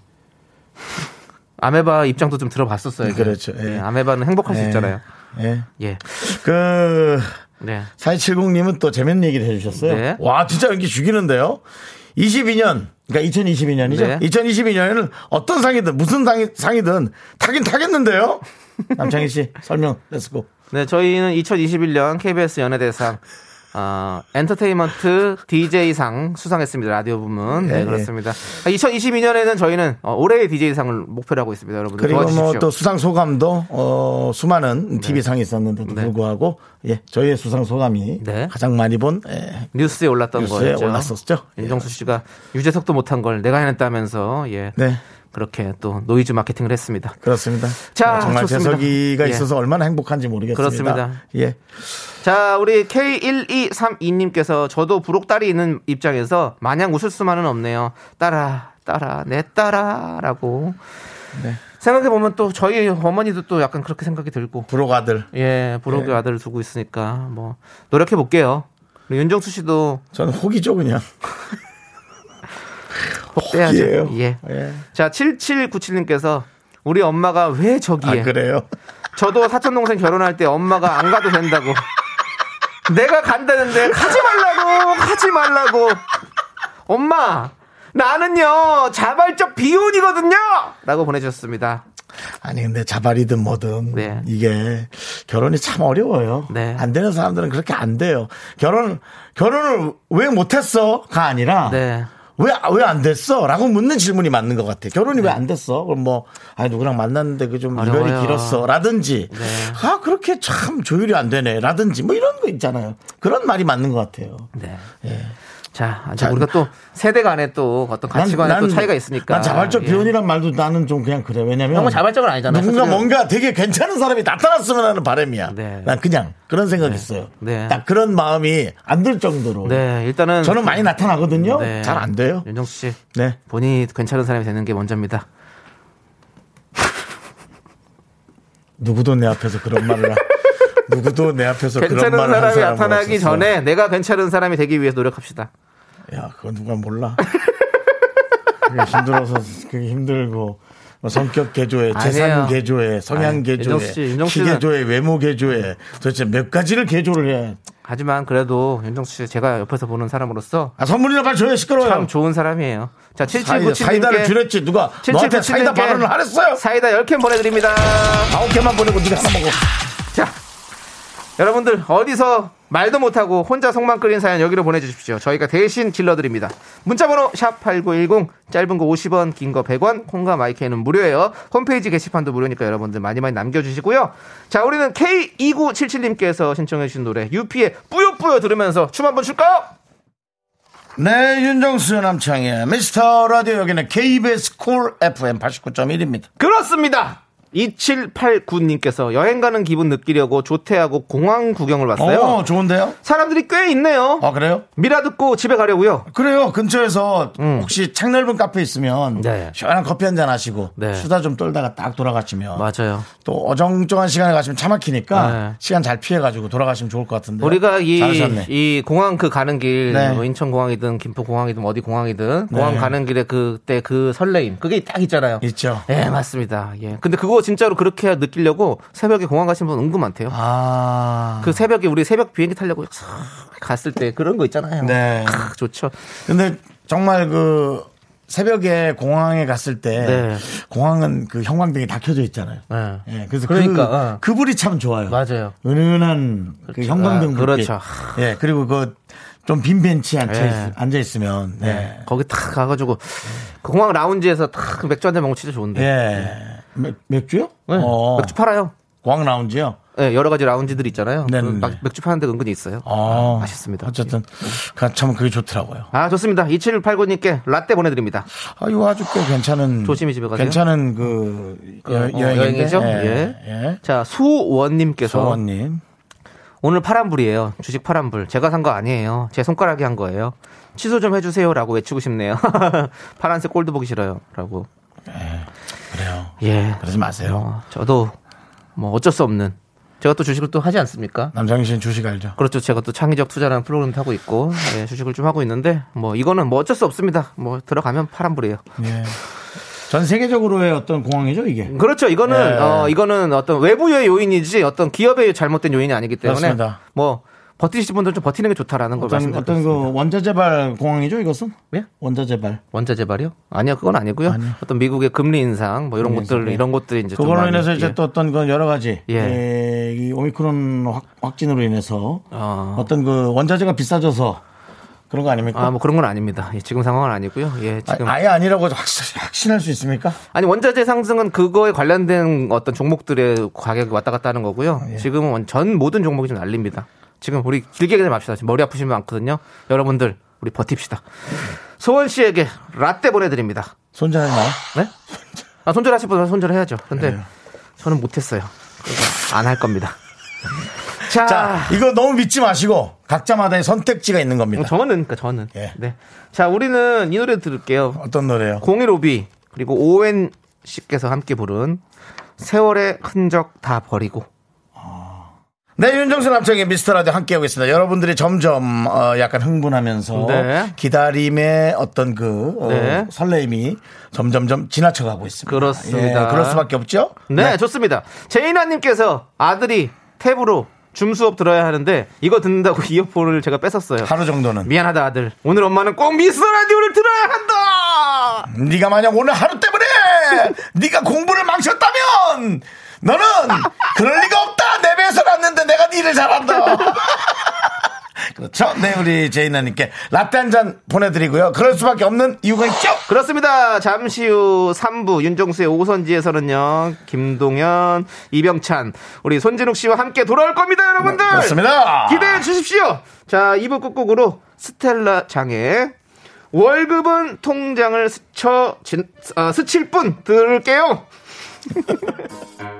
아메바 입장도 좀 들어봤었어요. 이제.
그렇죠. 예.
예, 아메바는 행복할 수
예.
있잖아요.
예.
예.
그
네.
4270님은 또 재밌는 얘기를 해주셨어요.
네.
와, 진짜 연기 죽이는데요. 22년, 그러니까 2022년이죠.
네.
2022년에는 어떤 상이든 무슨 상이, 상이든 타긴 타겠는데요. 남창희 씨 설명 렛츠고.
네, 저희는 2021년 KBS 연예대상 어, 엔터테인먼트 DJ상 수상했습니다. 라디오 부문.
예,
네,
예.
그렇습니다. 2022년에는 저희는 어, 올해의 DJ상을 목표로 하고 있습니다. 여러분들
그리고 뭐
도와주십시오.
또 수상 소감도 어, 수많은 TV 상이 있었는데도
네.
불구하고 예, 저희의 수상 소감이
네.
가장 많이 본 예,
뉴스에 올랐던
뉴스에
거였죠.
올랐었죠. 예.
윤정수 씨가 유재석도 못한 걸 내가 해냈다면서 예.
네.
그렇게 또 노이즈 마케팅을 했습니다.
그렇습니다. 어,
자,
네. 정말
좋습니다.
재석이가
예.
있어서 얼마나 행복한지 모르겠습니다.
그렇습니다.
예.
자, 우리 K1232님께서 저도 부록딸이 있는 입장에서 마냥 웃을 수만은 없네요. 따라, 따라, 내 따라라고.
네.
생각해보면 또 저희 어머니도 또 약간 그렇게 생각이 들고.
브로가들. 네.
예, 부록의 아들을 두고 있으니까 뭐 노력해볼게요. 우리 윤정수 씨도
저는 혹이죠, 그냥.
꼭 빼야죠.
혹이에요.
예.
예.
자, 7797님께서 우리 엄마가 왜
아,
저기에
그래요?
저도 사촌 동생 결혼할 때 엄마가 안 가도 된다고. 내가 간다는데 가지 말라고 가지 말라고. 엄마 나는요 자발적 비혼이거든요.라고 보내주셨습니다.
아니 근데 자발이든 뭐든
네.
이게 결혼이 참 어려워요.
네.
안 되는 사람들은 그렇게 안 돼요. 결혼 결혼을 왜 못했어가 아니라
네.
왜 왜 안 됐어?라고 묻는 질문이 맞는 것 같아. 요 결혼이 왜 안 됐어? 그럼 뭐 아니 누구랑 만났는데 그 좀 이별이
네. 어려워요.
길었어라든지
네.
아 그렇게 참 조율이 안 되네라든지 뭐 이런 거 있잖아요. 그런 말이 맞는 것 같아요. 예.
네. 자, 아직 우리가 또 세대 간에 또 어떤 가치관에 또 차이가 있으니까.
난 자발적
예.
비혼이란 말도 나는 좀 그냥 그래. 왜냐면
너무 자발적은 아니잖아요.
누군가
사실은.
뭔가 되게 괜찮은 사람이 나타났으면 하는 바람이야.
네.
난 그냥 그런 생각이 있어요.
네.
딱 그런 마음이 안 들 정도로.
네, 일단은 네.
저는 많이 나타나거든요. 잘 안 돼요.
윤정수 씨,
네.
본인이 괜찮은 사람이 되는 게 먼저입니다.
누구도 내 앞에서 그런
<laughs>
말을 하- 누구도 내 앞에서 그런
괜찮은
말을 한
사람이
사람은
나타나기
없었어.
전에 내가 괜찮은 사람이 되기 위해서 노력합시다.
야, 그건 누가 몰라. 그게 힘들어서 그게 힘들고 뭐 성격 개조에 재산
아니에요.
개조에 성향
아니,
개조에
윤정수 씨, 윤정수
키
씨는-
개조에 외모 개조에 도대체 몇 가지를 개조를 해.
하지만 그래도 윤정수 씨 제가 옆에서 보는 사람으로서
아, 선물이나 빨리 줘요 시끄러워요.
참 좋은 사람이에요. 자, 7797님께
사이다를 줄였지 누가 너한테 사이다 발언을 안 했어요
사이다 10캔 보내 드립니다.
아홉 개만 보내고 네가 하나 먹어
자. 여러분들 어디서 말도 못하고 혼자 속만 끓인 사연 여기로 보내주십시오. 저희가 대신 질러드립니다. 문자번호 샵 8910 짧은 거 50원 긴 거 100원 콩과 마이크는 무료예요. 홈페이지 게시판도 무료니까 여러분들 많이 많이 남겨주시고요. 자 우리는 K2977님께서 신청해 주신 노래 유피의 뿌요뿌요 들으면서 춤 한번 출까요?
네 윤정수 남창의 미스터 라디오 여기는 KBS 콜 FM 89.1입니다
그렇습니다. 2789님께서 여행 가는 기분 느끼려고 조퇴하고 공항 구경을 왔어요.
어 좋은데요
사람들이 꽤 있네요.
아 그래요
미라 듣고 집에 가려고요. 음.
그래요 근처에서 혹시 창 넓은 카페 있으면
네.
시원한 커피 한 잔 하시고
네.
수다 좀 떨다가 딱 돌아가시면
맞아요.
또 어정쩡한 시간에 가시면 차 막히니까
네.
시간 잘 피해가지고 돌아가시면 좋을 것 같은데
우리가
네.
이,
잘하셨네.
이 공항 그 가는 길,
네.
뭐 인천공항이든 김포공항이든 어디 공항이든 공항 가는 길에 그때 그 설레임, 그게 딱 있잖아요.
있죠
예, 맞습니다. 예. 근데 그거 진짜로 그렇게 느끼려고 새벽에 공항 가신 분 은근 많대요.
아
그 새벽에 우리 새벽 비행기 타려고 싹 갔을 때 그런 거 있잖아요.
네.
크, 좋죠.
근데 정말 그 새벽에 공항에 갔을 때
네.
공항은 그 형광등이 다 켜져 있잖아요.
예.
예, 그래서
그러니까,
그,
어.
그 불이 참 좋아요.
맞아요.
은은한 그 형광등
아,
불빛.
그렇죠.
예, 그리고 그 좀 빈 벤치에 앉아,
예.
있, 으면 네.
거기 탁 가가지고 그 공항 라운지에서 탁 맥주 한 잔 먹으면 진짜 좋은데.
예. 맥, 맥주요?
네.
어.
맥주 팔아요.
공항 라운지요?
예, 여러 가지 라운지들 있잖아요.
네,
그
네,
막-
네.
맥주 파는 데 은근히 있어요.
어.
아쉽습니다.
어쨌든 그- 참 그게 좋더라고요.
아 좋습니다. 2789님께 라떼 보내드립니다.
아, 이거 아주 꽤 괜찮은
조심히 집에 가세요.
괜찮은 그 여,
어,
행인데
여행이죠?
예.
예.
예.
자 수원님께서
소원님.
오늘 파란불이에요. 주식 파란불. 제가 산 거 아니에요. 제 손가락이 한 거예요. <laughs> 취소 좀 해주세요라고 외치고 싶네요. 파란색 꼴도 보기 싫어요라고.
그래요.
예.
그러지 마세요.
어, 저도 뭐 어쩔 수 없는 제가 또 주식을 또 하지 않습니까?
남창희 씨는 주식 알죠?
그렇죠. 제가 또 창의적 투자라는 프로그램 타고 있고 예, 주식을 좀 하고 있는데 뭐 이거는 뭐 어쩔 수 없습니다. 뭐 들어가면 파란불이에요.
예. 전 세계적으로의 어떤 공황이죠, 이게.
그렇죠. 이거는
예.
어 이거는 어떤 외부의 요인이지 어떤 기업의 잘못된 요인이 아니기 때문에
맞습니다.
뭐 버티실 분들 좀 버티는 게 좋다라는 걸
어떤, 어떤
말씀드렸습니다.
그 원자 재발 공황이죠, 이것은?
예?
원자 재발.
원자 재발이요? 아니요, 그건 아니고요.
아니요.
어떤 미국의 금리 인상 뭐 이런 것들
예.
이런 것들이 이제 좀
그걸로
많이,
인해서
예.
이제 또 어떤 그 여러 가지
예.
예, 이 오미크론 확, 진으로 인해서
아.
어떤 그 원자재가 비싸져서 그런 거 아닙니까?
아, 뭐 그런 건 아닙니다. 예, 지금 상황은 아니고요. 예, 지금
아, 예 아니라고 확실, 확신할 수 있습니까?
아니 원자재 상승은 그거에 관련된 어떤 종목들의 가격이 왔다 갔다 하는 거고요.
아, 예.
지금은 원- 전 모든 종목이 좀 날립니다. 지금 우리 길게 얘기 맙시다. 지금 머리 아프시면 많거든요. 여러분들 우리 버팁시다.
네.
소원 씨에게 라떼 보내드립니다.
손자는 나요? 네.
네? 아 손절하실 분은 손절해야죠. 근데 저는 못했어요. 안 할 겁니다. 자,
<laughs> 자, 이거 너무 믿지 마시고 각자마다의 선택지가 있는 겁니다.
저는 그러니까 저는
예.
네. 자 우리는 이 노래 들을게요.
어떤 노래요?
0152 그리고 오웬 씨께서 함께 부른 세월의 흔적 다 버리고
네, 윤정수 남창의 미스터라디오 함께하고 있습니다. 여러분들이 점점 어, 약간 흥분하면서
네.
기다림의 어떤 그 어,
네.
설렘이 점점점 지나쳐가고 있습니다.
그렇습니다.
예, 그럴 수밖에 없죠.
네, 좋습니다. 제이나님께서 아들이 탭으로 줌 수업 들어야 하는데 이거 듣는다고 <laughs> 이어폰을 제가 뺏었어요.
하루 정도는
미안하다 아들. 오늘 엄마는 꼭 미스 네, 라디오를 들어야 한다.
네가 만약 오늘 하루 때문에 네가 공부를 망쳤다면 너는 그럴 리가 없다. 내 배에서 났는데 내가 네 일을 잘한다. 그렇죠. 네, 우리 제이나님께 라떼 한 잔 보내드리고요. 그럴 수밖에 없는 이유가 있죠.
그렇습니다. 잠시 후 3부 윤종수의 오선지에서는요. 김동현, 이병찬, 우리 손진욱 씨와 함께 돌아올 겁니다, 여러분들.
네, 그렇습니다.
기대해 주십시오. 자, 2부 끝곡으로 스텔라 장의 월급은 통장을 스쳐 진, 아, 스칠 뿐 들을게요. <laughs>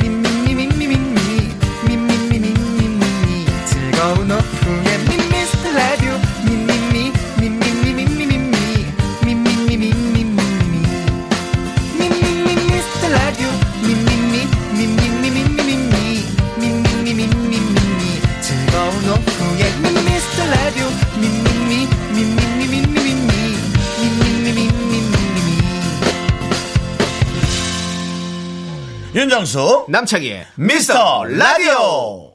미미미 미미미 미미미 미미미 즐거운 오후에 미스터 라디오 미미미 미미미 미미미 미미미 미미미
윤정수
남창희의
미스터 라디오.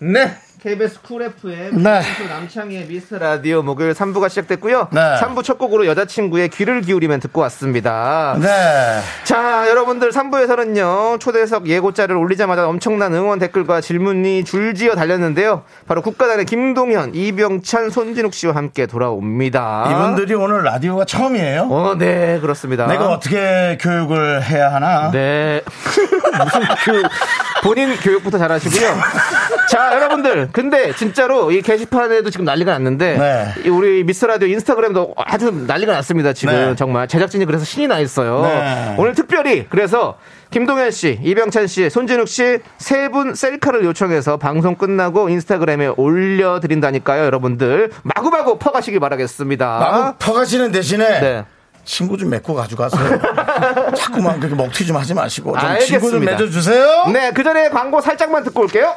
네. KBS 쿨 FM의
네.
남창희의 미스 라디오 목요일 3부가 시작됐고요.
네.
3부 첫 곡으로 여자친구의 귀를 기울이면 듣고 왔습니다.
네.
자, 여러분들 3부에서는요. 초대석 예고자를 올리자마자 엄청난 응원 댓글과 질문이 줄지어 달렸는데요. 바로 국가단의 김동현, 이병찬, 손진욱 씨와 함께 돌아옵니다.
이분들이 오늘 라디오가 처음이에요.
어, 네, 그렇습니다.
내가 어떻게 교육을 해야 하나?
네. <laughs> 무슨 교 본인
<laughs>
교육부터 잘하시고요. 자, 여러분들. 근데 진짜로 이 게시판에도 지금 난리가 났는데
네.
이 우리 미스터 라디오 인스타그램도 아주 난리가 났습니다. 지금
네.
정말 제작진이 그래서 신이 나 있어요.
네.
오늘 특별히 그래서 김동현 씨, 이병찬 씨, 손진욱 씨 세 분 셀카를 요청해서 방송 끝나고 인스타그램에 올려드린다니까요, 여러분들 마구마구 퍼가시길 바라겠습니다.
마음 퍼가시는 대신에
아? 네.
친구 좀 맺고
<laughs>
가져가세요. 자꾸만 그렇게 먹튀 좀 하지 마시고 어, 좀 친구 좀
알겠습니다.
맺어주세요.
네, 그 전에 광고 살짝만 듣고 올게요.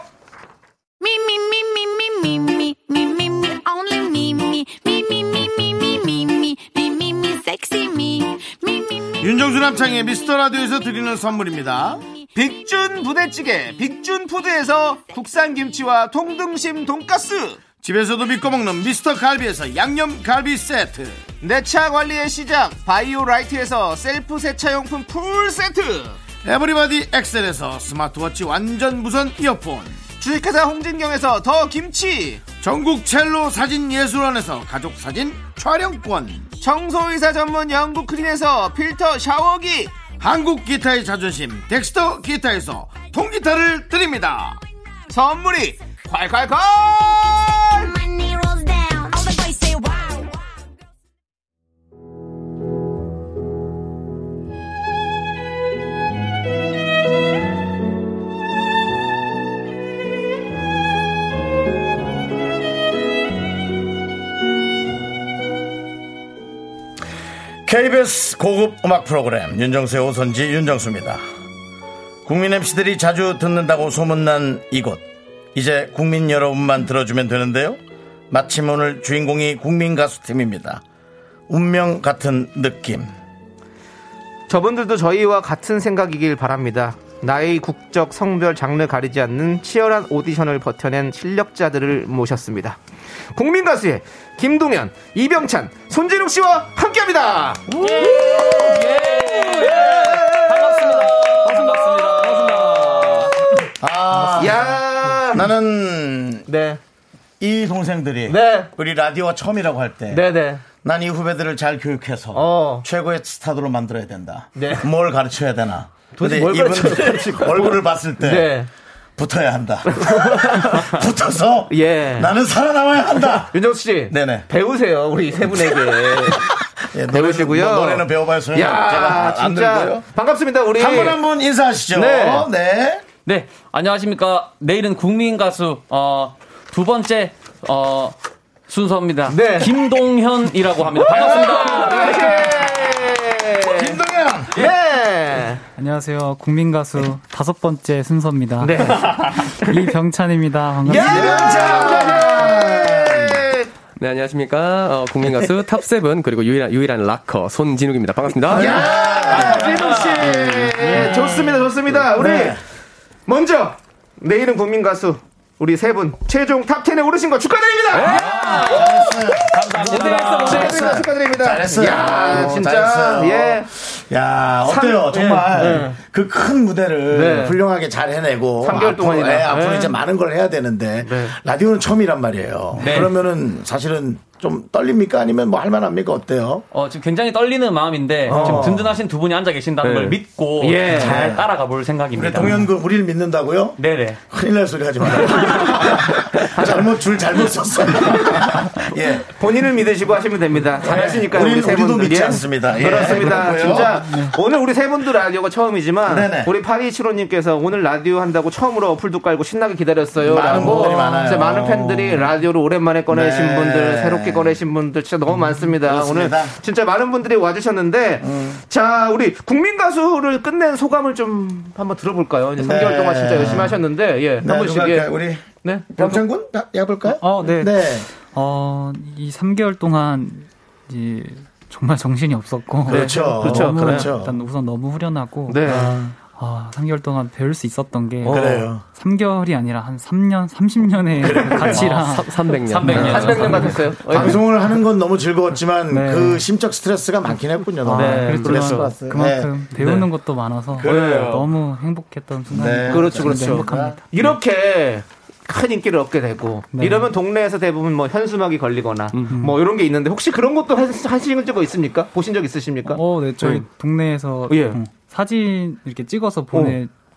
Me, me, me, me, me, me, me, me, me, me, only me, me, me, me, me, me, me, me, me, me, me, me, sexy me, me, me, me.
윤정수 남창의 미스터 라디오에서 드리는 선물입니다.
빅준 부대찌개 빅준푸드에서 국산 김치와 통등심 돈가스
집에서도 믿고 먹는 미스터 갈비에서 양념 갈비 세트.
내차 관리의 시작 바이오라이트에서 셀프 세차용품 풀 세트
에브리바디 엑셀에서 스마트워치 완전 무선 이어폰.
주식회사 홍진경에서 더 김치
전국 첼로 사진 예술원에서 가족 사진 촬영권.
청소이사 전문 영국 크린에서 필터 샤워기
한국 기타의 자존심 덱스터 기타에서 통기타를 드립니다.
선물이 콸콸콸
My knee rolls down, all the boys say wow.
KBS 고급 음악 프로그램 윤정수의 오선지 윤정수입니다. 국민 MC들이 자주 듣는다고 소문난 이곳. 이제 국민 여러분만 들어주면 되는데요. 마침 오늘 주인공이 국민 가수팀입니다. 운명 같은 느낌.
저분들도 저희와 같은 생각이길 바랍니다. 나이, 국적, 성별, 장르 가리지 않는 치열한 오디션을 버텨낸 실력자들을 모셨습니다. 국민 가수의 김동현, 이병찬, 손진욱 씨와 함께합니다.
예. 아,
야,
나는
네,
이 동생들이
네,
우리 라디오가 처음이라고 할 때 난
네,
이
네,
후배들을 잘 교육해서
어.
최고의 스타도로 만들어야 된다.
네.
뭘 가르쳐야 되나?
도대체
근데
뭘
이분들
가르쳐야 되나?
얼굴을 봤을 때
네.
<laughs> 붙어야 한다. <laughs> 붙어서
예.
나는 살아남아야 한다.
윤정수 씨,
네네.
배우세요 우리 세 분에게
<laughs> 예, 노래는-
배우시고요.
노- 노래는 배워봐야 소용이
야,
제가 안
진짜
들고요.
반갑습니다 우리.
한 분 한 분 인사하시죠.
네.
네.
네, 안녕하십니까. 내일은 국민 가수, 어, 두 번째, 어, 순서입니다.
네.
김동현이라고 합니다.
네.
반갑습니다.
예.
김동현.
네.
안녕하세요. 국민 가수 다섯 번째 순서입니다.
네.
<laughs> 이병찬입니다. 반갑습니다.
예,
야!
네, 안녕하십니까. 어, 국민 가수
<laughs>
탑세븐, 그리고 유일한, 유일한 락커, 손진욱입니다. 반갑습니다.
야! 진욱 씨. 예, 좋습니다. 좋습니다. 우리
네.
먼저 내일은 국민 가수 우리 세 분 최종 탑 10에 오르신 거 축하드립니다. 예. 축하드립니다. 축하드립니다.
잘했어요.
야,
어,
진짜
잘했어요.
예.
야, 어때요?
삼-
정말
예, 예.
그 큰 무대를
네.
훌륭하게 잘 해내고
삼 개월
앞으로,
동안이나.
예, 앞으로
네.
이제 많은 걸 해야 되는데 라디오는 처음이란 말이에요.
네.
그러면은 사실은 좀 떨립니까? 아니면 뭐 할만합니까? 어때요?
어, 지금 굉장히 떨리는 마음인데,
어.
지금 든든하신 두 분이 앉아 계신다는
네.
걸 믿고,
예.
잘 따라가 볼
우리
그러니까.
생각입니다.
동현군 그 우리를 믿는다고요?
네네.
큰일 날 소리 하지
<laughs>
마요. 잘못 줄 잘못 썼어요. 예.
본인을 믿으시고 하시면 됩니다. 잘하시니까
우리-
우리 세
우리도
분들이
믿지 않습니다. 예,
그렇습니다.
그렇고요. 네.
진짜 오늘 우리 세 분도 라디오가 처음이지만
네네.
우리 파리치로님께서 오늘 라디오 한다고 처음으로 어플도 깔고 신나게 기다렸어요.
많은
라고
분들이 많아요. 어.
진짜 많은 팬들이 라디오를 오랜만에 꺼내신
네.
분들, 새롭게 꺼내신 분들 진짜 너무 많습니다.
그렇습니다. 음.
오늘 진짜 많은 분들이 와주셨는데 자 우리 국민 가수를 끝낸 소감을 좀 한번 들어볼까요? 이제 3개월 동안 진짜 열심히 하셨는데 예,
네,
한 분씩
누가
예.
할까요? 우리
네.
병창군 해볼까요?
어, 네.
네.
어, 이 3개월 동안 이제 정말 정신이 없었고.
그렇죠.
그렇죠.
그렇죠. 그렇죠.
일단 우선 너무 후련하고.
네.
아, 3개월 동안 배울 수 있었던 게.
어. 그래요.
3개월이 아니라 한 3년, 30년의 가치랑.
300년.
네.
300년.
300년 같았어요. 예.
아, 방송을 하는 건 너무 즐거웠지만
네.
그 심적 스트레스가 많긴 했군요. 너무. 그렇죠. 네.
네,
그렇죠.
그랬을 것
그렇지만
같아요.
그만큼 배우는 것도 많아서
그래요.
너무 행복했던 순간.
네.
그렇죠, 그렇죠.
행복합니다.
이렇게 큰 인기를 얻게 되고
네.
이러면 동네에서 대부분 뭐 현수막이 걸리거나 뭐 이런 게 있는데 혹시 그런 것도 하- 하신 적 있습니까? 보신 적 있으십니까?
어, 네, 저희 동네에서
예.
어, 사진 이렇게 찍어서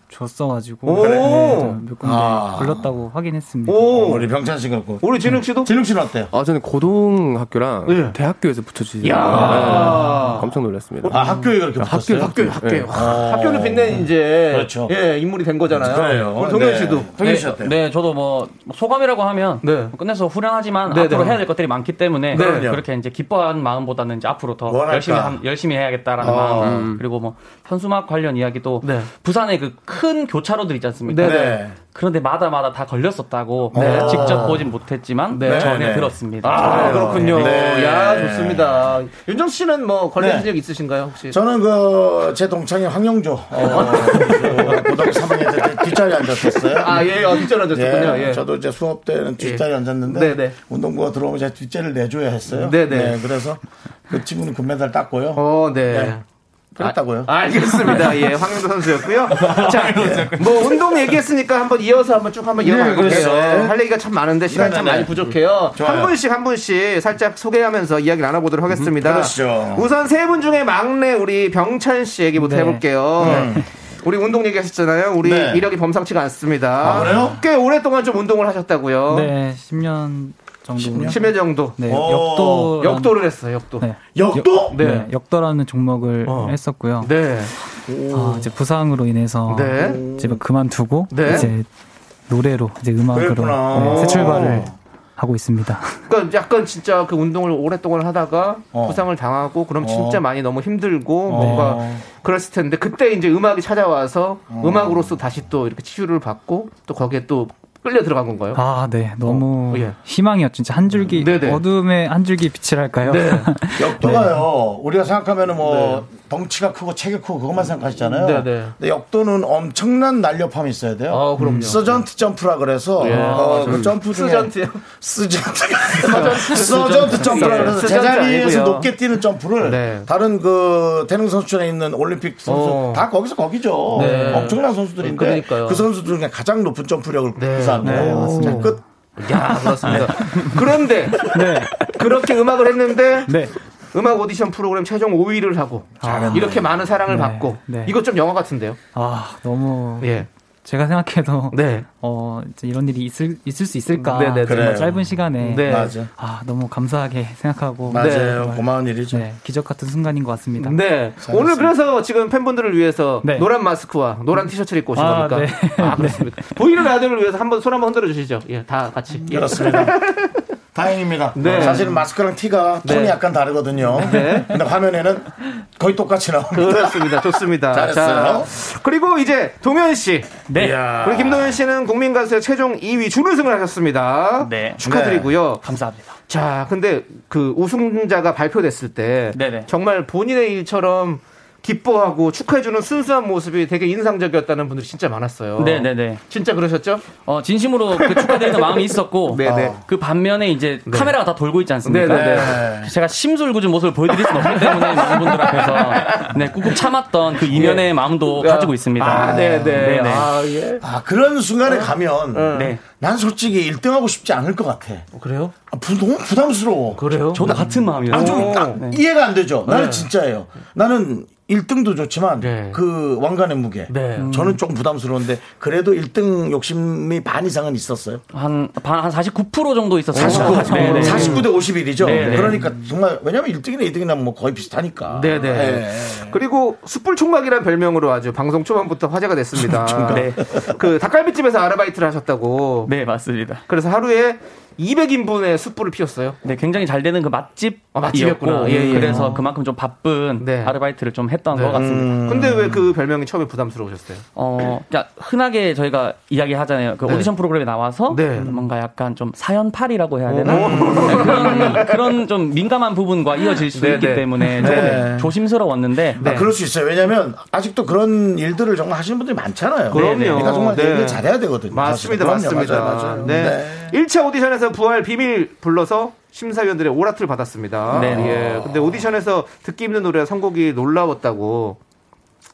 보내줬어가지고 네,
오.
몇 군데
아.
걸렸다고 확인했습니다.
어,
오
우리 병찬 씨 그렇고.
우리 진욱 씨도
진욱 씨는 어때요?
아, 저는 고등학교랑
예.
대학교에서 붙여주시고
야.
깜짝 놀랐습니다.
아, 학교에 그렇게 붙었어요?
학교 학교
예.
와, 학교를 빛낸 이제
그렇죠.
예 인물이 된 거잖아요.
그래요.
우리 동현
네.
씨도
동현 씨 어때요?
네, 저도 뭐 소감이라고 하면
네.
끝내서 후련하지만
네,
앞으로
네.
해야 될 것들이 많기 때문에
그럼요.
그렇게 이제 기뻐하는 마음보다는 이제 앞으로 더
뭘 할까? 어.
열심히 함- 열심히 해야겠다라는 마음 그리고 뭐 현수막 관련 이야기도
네.
부산에 그 큰 교차로들 있지 않습니까?
네. 어.
네.
그런데 마다마다 다 걸렸었다고
네.
직접 보진 못했지만
네.
전에
네.
들었습니다.
아 그렇군요.
네.
야 좋습니다. 윤정 씨는 뭐 걸린
네.
적 있으신가요 혹시?
저는 그 제 동창인 황영조 어, 그 고등학교 3학년 때 뒷자리 앉았었어요.
아예 어, 뒷전화졌군요. 예.
저도 이제 수업 때는 뒷자리
예.
앉았는데
네네.
운동부가 들어오면 제가 뒷자리를 내줘야 했어요.
네네.
네, 그래서 그 친구는 금메달 땄고요.
어 네.
네. 그랬다고요. 네.
아, 알겠습니다. 예, 황영도 선수였고요. 자, 뭐 운동 얘기했으니까 한번 이어서 한번 쭉 한번 이어가 볼게요. 예,
그렇죠.
할 얘기가 참 많은데 시간 이참
네네네.
많이 부족해요.
좋아요.
한 분씩 한 분씩 살짝 소개하면서 이야기 나눠보도록 하겠습니다.
음, 그러시죠.
우선 세 분 중에 막내 우리 병찬 씨 얘기부터
네.
해볼게요. 우리 운동 얘기하셨잖아요. 우리
음. 네.
이력이 범상치가 않습니다.
아, 그래요?
꽤 오랫동안 좀 운동을 하셨다고요.
네, 10년 정도.
10회 정도.
네,
오.
역도
역도를 했어요. 역도.
네.
역도 어.
네, 역도라는 종목을 했었고요.
네.
아, 이제 부상으로 인해서
네.
이제 뭐 그만두고
네.
이제 노래로 이제 음악으로
그랬구나. 어.
네, 새 출발을 하고 있습니다.
그러니까 약간 진짜 그 운동을 오랫동안 하다가
어.
부상을 당하고 그럼 진짜
어.
많이 너무 힘들고 뭔가 그랬을 텐데 그때 이제 음악이 찾아와서
어.
음악으로서 다시 또 이렇게 치유를 받고 또 거기에 또 끌려 들어간 건가요?
아, 네. 너무
어, 예.
희망이었죠. 진짜 한 줄기
네네. 네.
어둠의 한 줄기 빛이랄까요? <laughs>
역도가요. 우리가 생각하면은 뭐 덩치가 크고 체격 크고 그것만 생각하시잖아요.
네, 네.
근데 역도는 엄청난 날렵함이 있어야 돼요.
아, 그럼요. 예. 아,
서전트 점프라 그래서 어, 그 점프 중에
<laughs> 스전트요?
서전트 서전트 점프라 그래서
서전트
제자리에서
아니고요.
높게 뛰는 점프를
네.
다른 그 태능 선수촌에 있는 올림픽 선수
어.
다 거기서 거기죠.
네.
엄청난 선수들인데
그러니까요.
그 선수들 중에 가장 높은 점프력을
네.
구사합니다.
네, 맞습니다.
자, 끝. <laughs>
야 그렇습니다. 네, 그런데 그렇게 음악을 했는데
네.
음악 오디션 프로그램 최종 5위를 하고 이렇게 많은 사랑을
네,
받고
네.
이거 좀 영화 같은데요.
아, 너무
예.
제가 생각해도
네. 음,
어, 이제 이런 일이 있을 있을 수 있을까?
네네,
정말
그래요.
짧은 시간에
네.
맞아.
아, 너무 감사하게 생각하고
맞아요. 고마운 일이죠.
네, 기적 같은 순간인 것 같습니다.
네. 오늘 그래서 지금 팬분들을 위해서
네.
노란 마스크와 노란 티셔츠를 입고 오신
아,
겁니까?
네.
아, 그렇습니다. 보이는 라디오를 위해서 한번 손 한번 흔들어 주시죠. 예, 다 같이. 예. <laughs>
그렇습니다. 다행입니다.
네.
사실은 마스크랑 티가 톤이
네.
약간 다르거든요.
네.
근데 화면에는 거의 똑같이 나옵니다.
그렇습니다. 좋습니다.
잘했어요.
자, 그리고 이제 동현 씨.
네.
아.
우리 김동현 씨는 국민 가수의 최종 2위 준우승을 하셨습니다.
네.
축하드리고요.
감사합니다.
자, 근데 그 우승자가 발표됐을 때
네네.
정말 본인의 일처럼 기뻐하고 축하해주는 순수한 모습이 되게 인상적이었다는 분들이 진짜 많았어요.
네네네.
진짜 그러셨죠?
어, 진심으로 그 축하드리는 마음이 있었고
네네. 네.
그 반면에 이제 카메라가 다 돌고 있지 않습니까?
네네네.
제가 심술궂은 모습을 보여드릴 수는 없기 때문에 많은 분들 앞에서 네, 꾹꾹 참았던 그 이면의 마음도 가지고 있습니다.
예. 아, 네네.
네네.
아, 예.
아, 그런 순간에 가면
네.
난 솔직히 1등하고 싶지 않을 것 같아.
그래요?
아, 부- 너무 부담스러워.
그래요?
저도 같은 마음이에요.
아, 좀 나- 이해가 안 되죠. 나는 진짜예요. 나는 1등도 좋지만
네.
그 왕관의 무게. 음.
네.
저는 조금 부담스러운데 그래도 1등 욕심이 반 이상은 있었어요.
한, 반- 한 49% 정도 있었어요.
49,
네네.
49대 51이죠.
네, 네.
그러니까 정말 왜냐면 1등이나 2등이나 뭐 거의 비슷하니까.
<laughs> 네네.
네.
그리고 숯불 총각이란 별명으로 아주 방송 초반부터 화제가 <laughs> 됐습니다. 네. 그 닭갈비집에서 아르바이트를 하셨다고.
네, 맞습니다.
그래서 하루에 200인분의 숯불을 피웠어요.
네, 굉장히 잘 되는 그
아, 맛집이었구나.
맛집이었고,
예, 예.
그래서 그만큼 좀 바쁜
네.
아르바이트를 좀 했던 것 같습니다.
근데 왜 그 별명이 처음에 부담스러우셨어요?
어, 그러니까 흔하게 저희가 이야기하잖아요. 그
네.
오디션 프로그램에 나와서
네.
뭔가 약간 좀 사연팔이라고 해야 되나? 네, 그런 그런 좀 민감한 부분과 이어질 수도
네,
있기
네.
때문에 조금 조심스러웠는데
아, 그럴 수 있어요. 왜냐면 아직도 그런 일들을 정말 하시는 분들이 많잖아요.
그럼요.
그러니까 정말
네.
얘기를 잘해야 되거든요.
맞습니다,
사실은. 그럼요.
맞습니다.
맞아요, 맞아요.
네. 1차 오디션에서 부활 비밀 불러서 심사위원들의 오라트를 받았습니다.
네.
예. 근데 오디션에서 듣기 힘든 노래 선곡이 놀라웠다고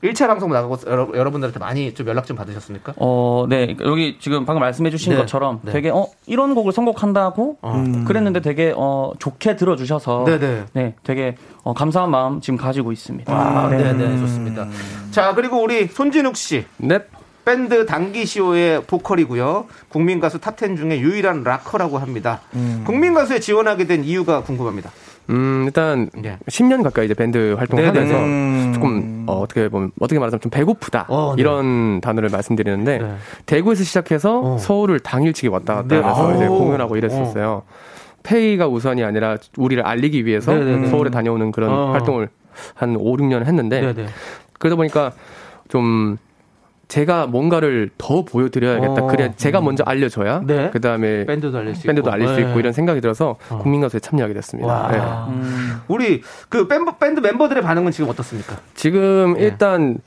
1차 방송 나가고 여러, 여러분들한테 많이 좀 연락 좀 받으셨습니까?
어, 네. 여기 지금 방금 말씀해 주신
네.
것처럼
네. 어.
되게 어, 이런 곡을 선곡한다고
음.
그랬는데 되게 어, 좋게 들어 주셔서
네, 네.
되게 어, 감사한 마음 지금 가지고 있습니다. 음.
아, 네, 네, 좋습니다. 자, 그리고 우리 손진욱 씨.
넵.
밴드 단기시오의 보컬이고요. 국민가수 탑10 중에 유일한 락커라고 합니다.
음.
국민가수에 지원하게 된 이유가 궁금합니다.
음, 일단
예.
10년 가까이 이제 밴드 활동을
네네네. 음.
하면서 조금 어, 떻게 보면 어떻게 말하자면 좀 배고프다
어, 네.
이런 단어를 말씀드리는데
네. 어.
대구에서 시작해서 서울을 당일치기 왔다 갔다
네.
하면서
아우.
이제 공연하고 이랬었어요. 페이가 우선이 아니라 우리를 알리기 위해서
네네네.
서울에 다녀오는 그런
어. 네,
활동을 한 5, 6년 했는데 그러다 보니까 좀 제가 뭔가를 더 보여드려야겠다.
어.
그래 제가 먼저 알려줘야
네.
그 다음에
밴드도 알릴 수
밴드도
있고.
알릴 수 있고
네.
이런 생각이 들어서 국민가수에 참여하게 됐습니다.
와.
네.
우리 그 밴드, 밴드 멤버들의 반응은 지금 어떻습니까?
지금
네.
일단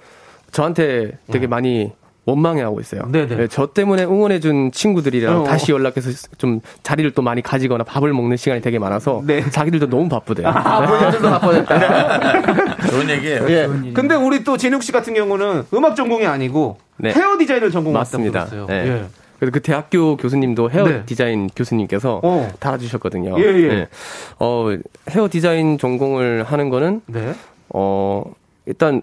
저한테 되게 많이 원망해하고 있어요.
네네.
예, 저 때문에 응원해준 친구들이랑
어.
다시 연락해서 좀 자리를 또 많이 가지거나 밥을 먹는 시간이 되게 많아서
네.
자기들도 너무 바쁘대요. 네.
아, 본인들도 바빠졌다. <laughs>
좋은 얘기예요.
예. 근데 우리 또 진욱 씨 같은 경우는 음악 전공이 아니고
네.
헤어 디자인을 전공했다고
맞습니다.
들었어요.
네.
예.
그래서 그 대학교 교수님도 헤어
네.
디자인 교수님께서
어.
달아주셨거든요.
예, 예.
어, 헤어 디자인 전공을 하는 거는
네.
어, 일단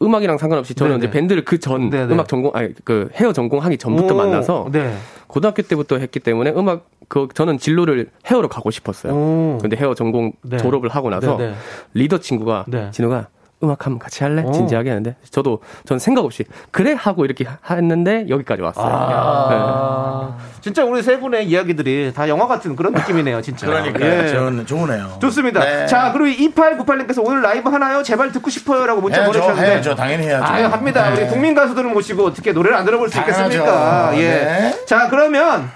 음악이랑 상관없이 저는
네네.
이제 밴드를 그 전
네네.
음악 전공 아니 그 헤어 전공하기 전부터
오,
만나서
네.
고등학교 때부터 했기 때문에 음악 그 저는 진로를 헤어로 가고 싶었어요.
오.
근데 헤어 전공
네.
졸업을 하고 나서
네, 네.
리더 친구가
네.
진호가 음악 한번 같이 할래? 진지하게 하는데 저도 전 생각 없이 그래 하고 이렇게 하- 했는데 여기까지 왔어요. 네.
아, 진짜 우리 세 분의 이야기들이 다 영화 같은 그런 느낌이네요, 진짜.
그러니까
예.
저는 좋으네요.
좋습니다.
네.
자, 그리고 2898님께서 오늘 라이브 하나요? 제발 듣고 싶어요. 라고 문자
해야죠,
보내주셨는데.
해야죠. 당연히 해야죠.
아유, 합니다.
네.
우리 국민 가수들을 모시고 어떻게 노래를 안 들어볼 수
당연하죠.
있겠습니까? 예.
네.
자, 그러면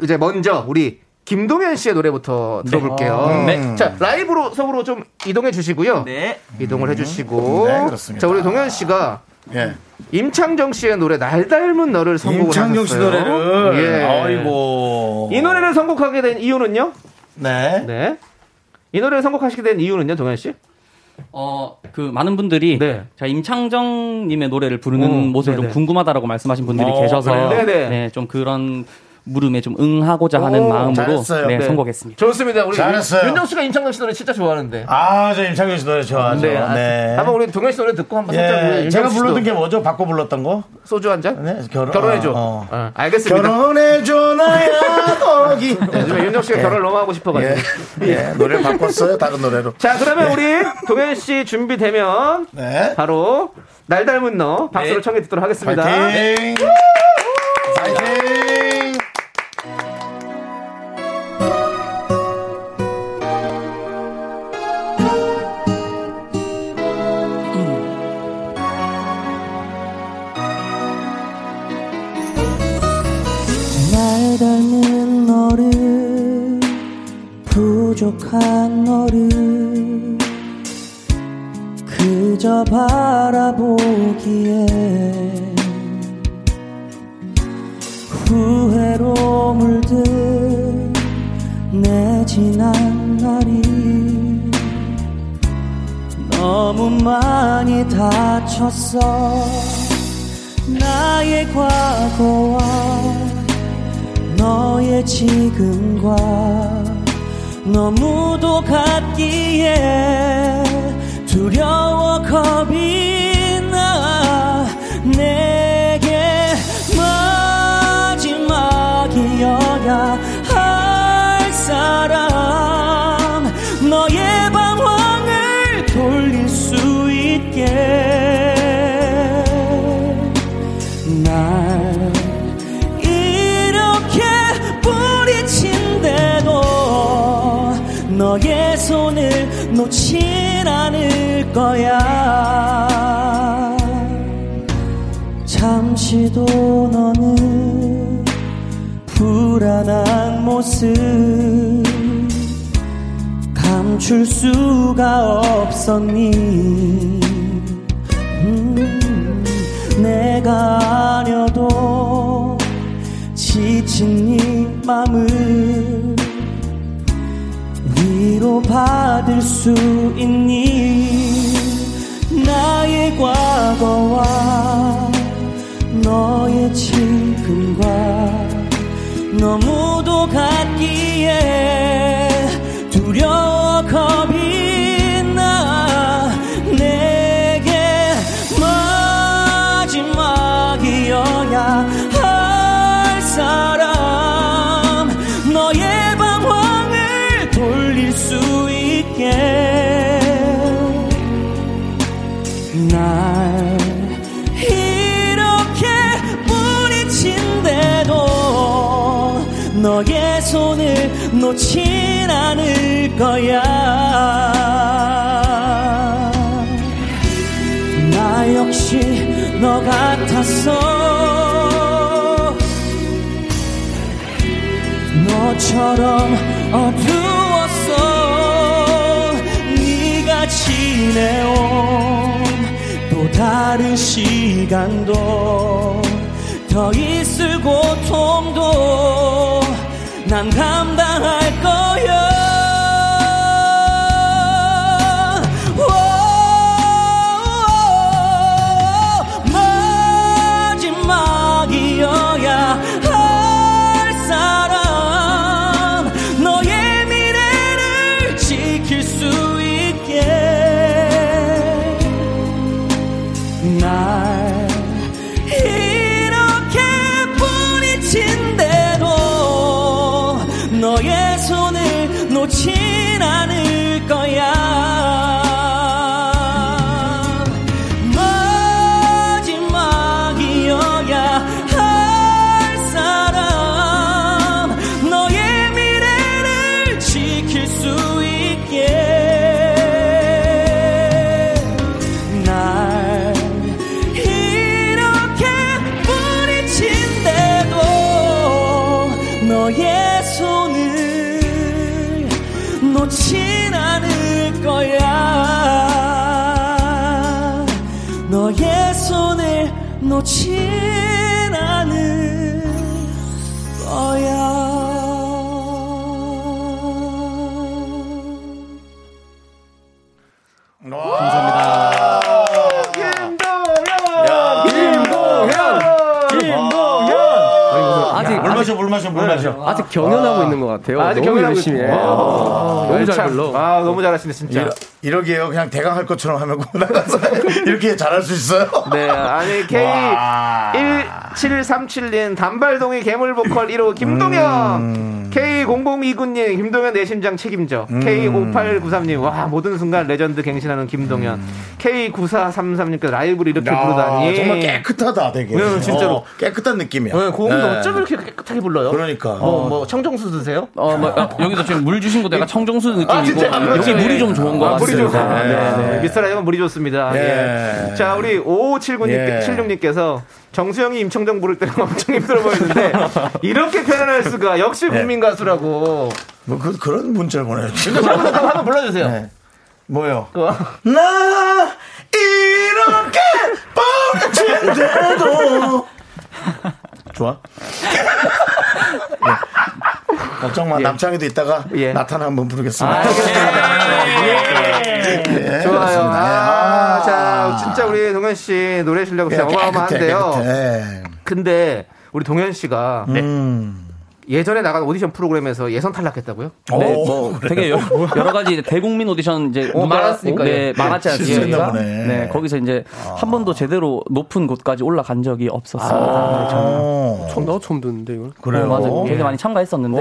이제 먼저 우리 김동현 씨의 노래부터
아,
들어볼게요.
네.
자, 라이브로 서울로 좀 이동해 주시고요.
네.
이동을 해 주시고.
네, 그렇습니다.
자, 우리 동현 씨가
예.
임창정 씨의 노래 날 닮은 너를 선곡을
임창정 씨
하셨어요.
노래를.
예.
아이고.
이 노래를 선곡하게 된 이유는요?
네.
네. 이 노래를 선곡하시게 된 이유는요, 동현 씨?
어, 그 많은 분들이
네.
자 임창정 님의 노래를 부르는
오,
모습이
네네. 어,
좀 궁금하다라고 말씀하신 분들이 계셔서
그래요? 네네.
네, 좀 그런 물음에 좀 응하고자 하는
오,
마음으로
잘했어요.
네,
네.
선곡했습니다.
좋습니다. 우리
잘했어요.
윤정 씨가 임창정 씨 노래 진짜 좋아하는데.
아, 저 임창정 씨 노래 좋아하죠.
네.
네.
아, 한번 우리 동현 씨 노래 듣고 한번 살짝 우리
예.
윤정
제가
씨도
불렀던 게 뭐죠? 바꿔 불렀던 거?
소주 한 잔?
네, 결혼-
결혼해 줘.
어, 어.
알겠습니다.
결혼해줘,
네,
<laughs> 나야, 거기.
요즘에 네, 윤정 씨가 결혼을 너무 하고 싶어가지고.
예. 예. 노래 바꿨어요. 다른 노래로.
자, 그러면 우리 동현 씨 준비되면
네.
바로 날 닮은 너 박수를 청해 듣도록 하겠습니다.
파이팅! 파이팅!
날 닮은 너를 부족한 너를 그저 바라보기에 후회로 물든 내 지난 날이 너무 많이 다쳤어 나의 과거와 너의 지금과 너무도 같기에 두려워 겁이 나 내게 마지막이어야 할 사람 너의 방황을 돌릴 수 있게 날 이렇게 뿌리친데도 너의 손을 놓진 않을 거야 잠시도 너는 불안한 모습 감출 수가 없었니 음, 내가 아려도 지친 네 이 맘을 위로 받을 수 있니 나의 과거와 너의 지금과 너무도 같기에 두려워 겁이 나 내게 마지막이어야 할 사람 너의 방황을 돌릴 수 있게 날 이렇게 뿌리친데도 너의 손을 놓진 않을 거야 나 역시 너 같았어 너처럼 어두웠어 네가 지내온 또 다른 시간도 더 있을 고통도 난 감당할 거야 오, 마지막이어야 할 사람 너의 미래를 지킬 수 있게 날 이렇게 뿌리친데도 너의 손을 놓진 않을 거야 내 손을 놓진 않을 거야 너의 손을 놓진 않을 거야
아니, 무슨 아직
물 마셔, 물 마셔, 물 마셔.
아직 경연하고 있는 것 같아요.
네. 아직
너무
경연하고
열심히 해.
있-
아, 너무 잘 불러.
아, 너무 잘하시네, 진짜.
이러, 이러게요. 그냥 대강 할 것처럼 하면 꼭 나가서 <laughs> 이렇게 잘할 수 있어요. <laughs>
네, 아니
와.
K1737님 단발동이 괴물 보컬 1호 김동현 K0029님 김동현 내 심장 책임져 K5893님 와 모든 순간 레전드 갱신하는 김동현 K9433님께서 라이브를 이렇게
야,
부르다니
정말 깨끗하다, 되게.
네, 진짜로.
어, 깨끗한 느낌이야.
네, 고음도
네.
어쩜 이렇게 깨끗하게 불러요?
그러니까.
뭐, 뭐 청정수 드세요?
어, 뭐, 아, 여기서 지금 물 주신 것도 약간 청정수 느낌이고
진짜요? 그렇죠.
여기 물이 좀 좋은 것
아, 물이
같아요.
좋고. 아, 네, 네. 미스터 라이브 물이
네.
좋습니다.
예.
예. 자, 우리 557976님께서 정수영이 임청정 부를 때는 엄청 힘들어 보이는데 이렇게 표현할 수가 역시
네.
국민 가수라고.
뭐 그, 그런 문자를 보내주세요. 네.
한번 한번 불러주세요. 그 어.
뭐요? 나 이렇게 뻥친데도 좋아? 예. 걱정 마. 남창이도 있다가
예. 아,
나타나 한번 부르겠습니다. <laughs>
네.
예,
좋아요.
그렇습니다.
아,
예.
자, 진짜 우리 동현 씨 노래 실력
예,
진짜 어마어마한데요.
깨끗해.
근데 우리 동현 씨가
음.
예전에 나간 오디션 프로그램에서 예선 탈락했다고요?
네,
오,
뭐
그래요?
되게 여러, 여러 가지 이제 대국민 오디션 이제
어,
누가-
많았으니까요.
네, 많았지
실수했나
않습니까?
보네.
네, 거기서 이제 한 번도 제대로 높은 곳까지 올라간 적이
아.
아.
없었어요.
어,
처음 나 처음 듣는데 이걸.
그래요.
어, 맞아요. 되게 많이 참가했었는데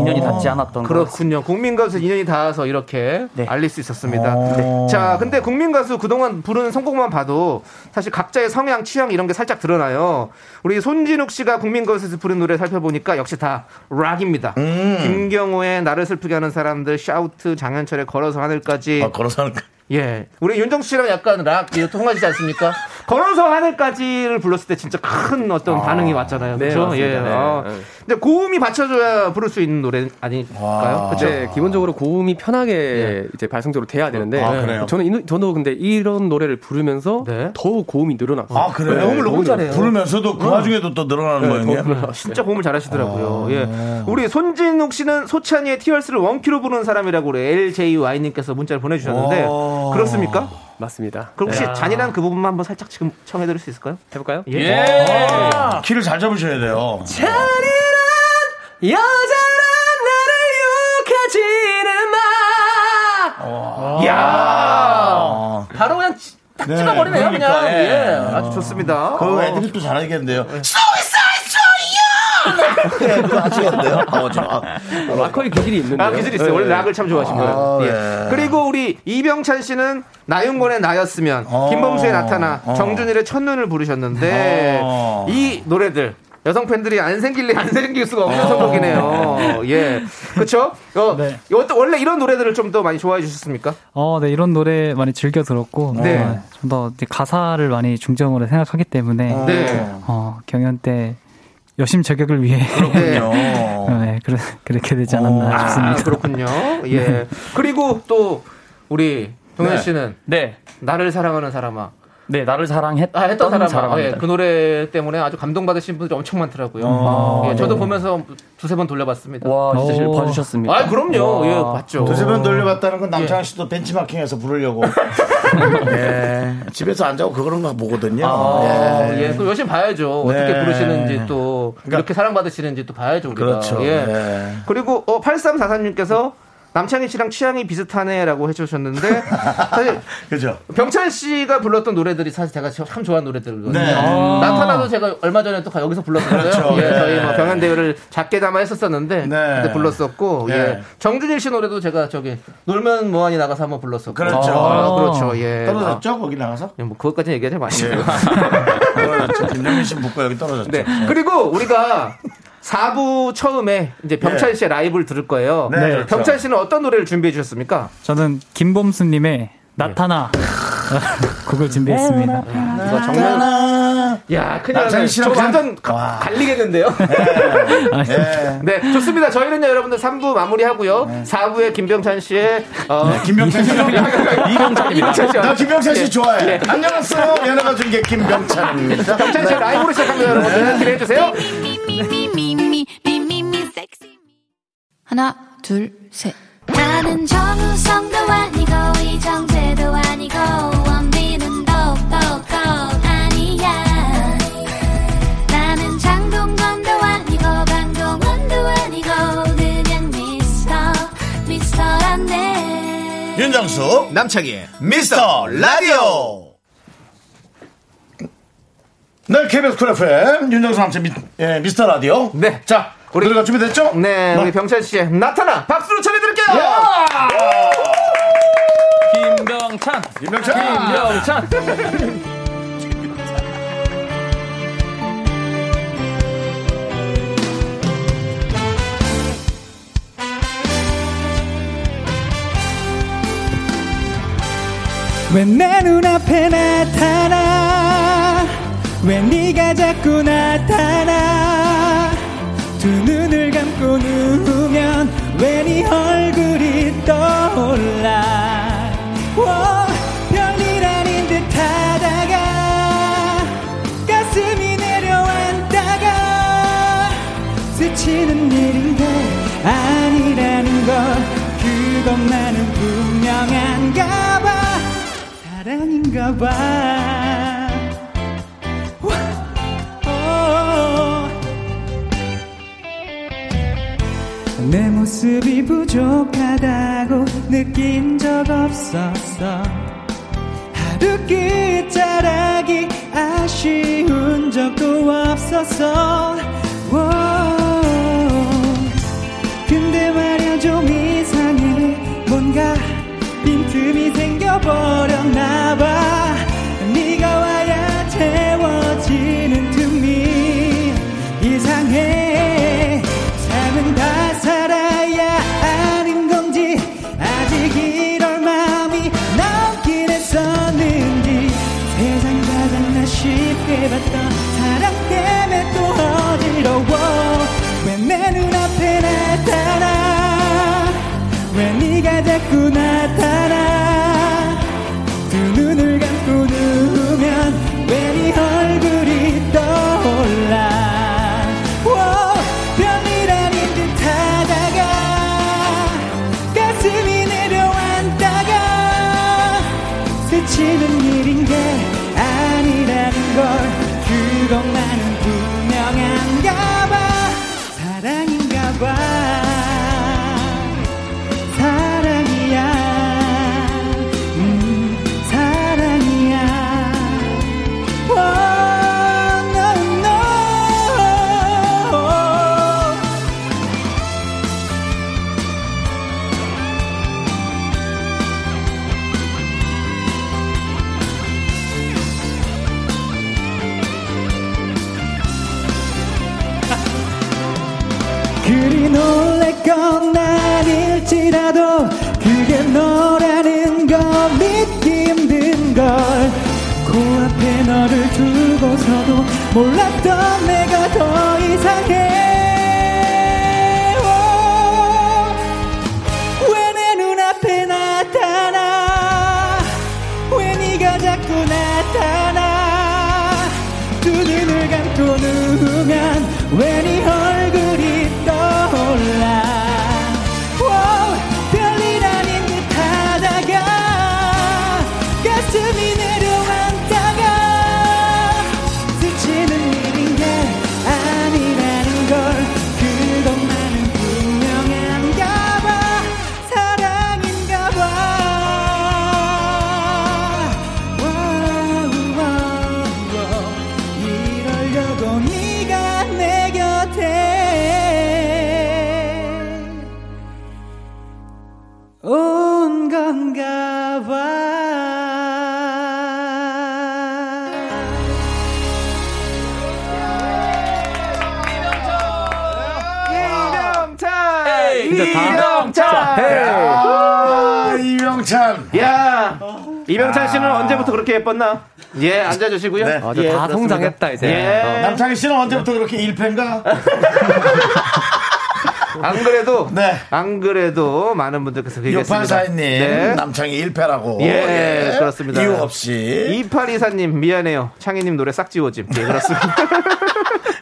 인연이 닿지 않았던 것 같습니다.
어. 그렇군요. 국민 가수 인연이 닿아서 이렇게
네.
알릴 수 있었습니다.
어.
네. 자, 근데 국민 가수 그동안 부르는 선곡만 봐도 사실 각자의 성향, 취향 이런 게 살짝 드러나요. 우리 손진욱 씨가 국민 가수에서 부른 노래 살펴보니까 역시 다 락입니다. 김경호의 나를 슬프게 하는 사람들, 샤우트, 장현철의 걸어서 하늘까지.
아, 걸어서 하는 거.
예. 우리 윤정수 씨랑 약간 락 이거 통하시지 않습니까? 걸어서 하늘까지를 불렀을 때 진짜 큰 어떤 반응이 왔잖아요. 그렇죠?
맞습니다.
예.
네,
아.
네.
근데 고음이 받쳐줘야 부를 수 있는 노래 아닐까요? 예. 그렇죠?
네, 기본적으로 고음이 편하게 이제 발성적으로 돼야 되는데
아, 그래요?
저는 이, 노- 저도 근데 이런 노래를 부르면서
네.
더욱 고음이 늘어났어요. 네,
아, 그래요?
너무 너무 잘해요.
부르면서도 그 와중에도 또 늘어나는 모양이에요. 아.
진짜 고음을 잘하시더라고요.
어.
예. 우리 손진욱 씨는 소찬이의 티얼스를 원키로 부르는 사람이라고 그래. LJY님께서 문자를 보내주셨는데
오.
그렇습니까?
맞습니다. 네.
그럼 혹시 잔인한 그 부분만 한번 살짝 지금 청해드릴 수 있을까요?
해볼까요?
예.
키를 잘 잡으셔야 돼요.
이야.
바로 그냥 딱
찍어버리네요, 그냥. 예. 아주 좋습니다.
그
어. 네.
애들이 또 잘하겠는데요. 수이사이사이요! 네, 그거 하시겠는데요? 어, 저, 아,
마커의 기질이 네. 있는데.
아, 기질 있어요. 원래 락을 참 좋아하십니다.
아,
예.
예.
그리고 우리 이병찬 씨는 나윤권의 나였으면,
어.
김범수의 나타나,
어.
정준일의 첫눈을 부르셨는데,
어.
네. 이 노래들. 여성 팬들이 안 생길래 안 생길 수가 없는
어.
선곡이네요. 예. 그쵸? 어,
네.
이것도 원래 이런 노래들을 좀 더 많이 좋아해 주셨습니까?
어, 네 이런 노래 많이 즐겨
어.
들었고
네.
좀 더 가사를 많이 중점으로 생각하기 때문에
네.
어, 경연 때 여심 저격을 위해
그렇군요.
<laughs> 네, 그래, 그렇게 되지 않았나
아,
싶습니다.
<laughs> 그렇군요. 예. 그리고 또, 우리 동현 씨는
네,
나를 사랑하는 사람아.
네 나를
아,
사랑했던
했던 사람,
사람입니다.
예, 그 노래 때문에 아주 감동받으신 분들이 엄청 많더라고요. 예, 저도 보면서 두세 번 돌려봤습니다.
와 진짜 잘
오.
봐주셨습니까?
아, 그럼요.
와.
예, 봤죠. 예.
두세 번 돌려봤다는 건 남창 씨도 벤치마킹해서 부르려고. 예. 집에서 안 자고 그런 거 보거든요.
<laughs> 아,
예.
예, 그러니까 또 열심히 봐야죠. 어떻게
네.
부르시는지 또 이렇게 사랑받으시는지 또 봐야죠 우리가.
그렇죠.
예.
예.
그리고 어, 8343님께서 남창희 씨랑 취향이 비슷하네라고
<laughs>
해주셨는데 사실
그죠?
병찬 씨가 불렀던 노래들이 사실 제가 참 좋아하는 노래들이거든요. 음.
네.
나타나도 제가 얼마 전에 또 여기서 불렀었어요.
그렇죠.
예,
네.
저희 뭐 병현 대회를 작게 담아 했었었는데
네.
그때 불렀었고
네.
예. 정준일 씨 노래도 제가 저기 놀면 뭐하니 나가서 한번 불렀었고
그렇죠.
아, 그렇죠. 예. 아,
떨어졌죠? 거기 나가서? 예.
예, 뭐 그것까지 얘기하지 마시고.
떨어졌죠. 네. 김정민 씨 묶고 여기 떨어졌죠.
네. 그리고 우리가 4부 처음에 이제 병찬
예.
씨의 라이브를 들을 거예요.
네, 그렇죠.
병찬 씨는 어떤 노래를 준비해 주셨습니까?
저는
예.
<laughs> 김범수님의 나타나 곡을 준비했습니다.
이거 정말 예. 야, 아, 큰일
남창희
나네.
씨랑
저
아, 그냥-
완전 가-
와.
갈리겠는데요? <laughs>
네.
네, 좋습니다. 저희는요, 여러분들 3부 마무리하고요. 4부에 김병찬 씨의, 어,
네, 김병찬
<laughs>
씨.
이병찬입니다.
김병찬 씨.
나 김병찬 씨
예.
좋아해.
예.
안녕하세요. 연예가 중계 김병찬입니다.
병찬 씨 라이브로 시작합니다, 여러분들. 네, 기대해주세요.
하나, 둘, 셋.
나는 정우성도 아니고 이정재도 아니고 원빈은 더욱더 아니야 나는 장동건도 아니고 강동원도 아니고 그냥 미스터 미스터란데
윤정수 남창희 미스터 라디오 네 KBS 쿨 FM 윤정수 남창희 미, 예, 미스터 라디오
네.
자 우리
우리-
노래가 준비됐죠?
네, 우리 병찬 씨의 나타나 박수로 전해드릴게요. 그
김병찬.
김병찬
김병찬.
왜 내 눈앞에 나타나 왜 네가 자꾸 나타나 두 눈을 감고 누우면 왜 네 얼굴이 떠올라 오, 별일 아닌 듯 하다가 가슴이 내려앉다가 스치는 일인데 아니라는 걸 그것만은 분명한가 봐 사랑인가 봐 와, 오. 내 모습이 부족하다고 느낀 적 없었어 하루 끝자락이 아쉬운 적도 없었어 오. 근데 말야 좀 이상해 뭔가 빈틈이 생겨버렸나봐 네가 와야 채워지는 틈이 이상해 삶은 다 살아야 아닌 건지 아직 이럴 마음이 남긴 했었는지 세상 가장 나 쉽게 봤던 사랑 때문에 또 어지러워 왜 내 눈앞에 나타나 왜 네가 자꾸 나타나 두그 눈을 감고 누우면 왜 네 얼굴이 떠올라 워, 별일 아닌 듯 하다가 가슴이 내려앉다가 스치는 일인 게 아니라는 걸 그것만은 분명한가 봐 사랑인가 봐 사랑이야 음 사랑이야 Oh, no, no. 그리 놀랄건 아닐지라도 그게 너라는 거 믿기 힘든 걸그 코앞에 너를 두고서도 몰랐던 내가 더 이상해 왜 내 눈앞에 나타나 왜 네가 자꾸 나타나 두 눈을 감고 누우면 왜 네 얼굴이 떠올라 오, 별일 아닌 듯 하다가 가슴이 내려앉다가 스치는 일인 게 아니라는 걸 그것만은 분명한가 봐 사랑인가 봐 와우, 와우, 이러려고 네가 내 곁에 온 건가 봐
이병찬!
이제 다-
예.
네. 이병찬!
아, 이명찬
야, 이명찬 씨는 언제부터 그렇게 예뻤나? 예, 앉아주시고요.
네. 어.
아, 저다 성장했다, 이제. 어.
예.
남창희 씨는 언제부터 그렇게 일패인가?
안 그래도
네.
안 그래도 많은 분들께서 얘기했습니다.
요판사님
네.
남창희 일패라고.
예, 그렇습니다.
이유 없이.
이팔이사님 미안해요. 창희님 노래 싹 지워짐. 예, 그렇습니다.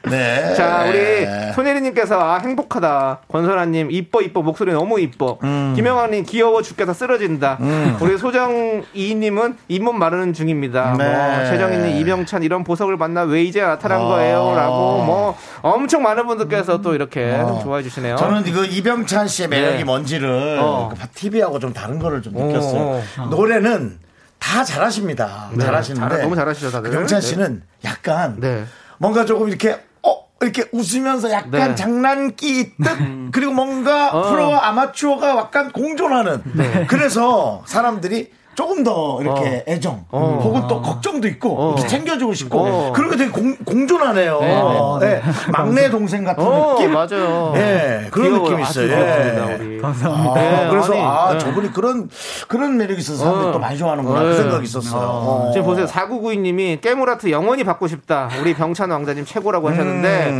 네.
자, 우리 손예리님께서 아, 행복하다. 권선아님 이뻐 이뻐 목소리 너무 이뻐.
음.
김영환님 귀여워 죽겠다 쓰러진다. 우리 소정이님은 입문 마르는 중입니다.
네. 어.
뭐 최정희님 이병찬 이런 보석을 만나 왜 이제 나타난 거예요라고 뭐 엄청 많은 분들께서 또 이렇게 좋아해 주시네요.
어. 저는 그 이병찬 씨의 매력이
네.
뭔지를
어.
그 TV하고 좀 다른 거를 좀 느꼈어요. 노래는 다 잘하십니다. 잘하시는데.
아. 네. 잘- 너무 잘하시죠, 다들.
이병찬
네.
씨는 약간
네.
뭔가 조금 이렇게 어? 이렇게 웃으면서 약간
네. 음. 어.
장난기 듯 그리고 뭔가 프로와 아마추어가 약간 공존하는
네.
그래서 사람들이 조금 더 이렇게 애정 혹은 또 걱정도 있고 이렇게 챙겨주고 싶고
어.
그런 게 되게 공, 공존하네요. 네.
<laughs>
막내 동생 같은
어,
느낌.
맞아요.
예, 그런
귀여워요.
느낌이
아주
있어요.
고맙습니다,
예.
우리.
아,
네,
그래서
아니,
아
네.
저분이 그런 그런 매력이 있어서 사람들이
어.
또 많이 좋아하는구나 그
네.
생각이 있었어요. 어.
지금 보세요. 4992님이 깨물아트 영원히 받고 싶다. 우리 병찬 왕자님 최고라고 하셨는데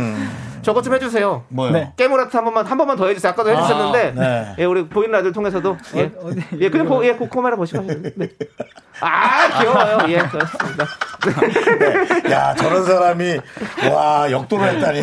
저것 좀 해주세요.
음. 뭐요?
네.
깨물아트 한 번만 한 번만 더 해주세요. 아까도 해주셨는데
네.
예, 우리 보이는 라디오 통해서도 예,
어, 네.
예 그냥 보, 예, 그 카메라 보시면 돼요. 네. 아 귀여워요. 예 그렇습니다.
네. 야 저런 사람이 와 역도를 했다니.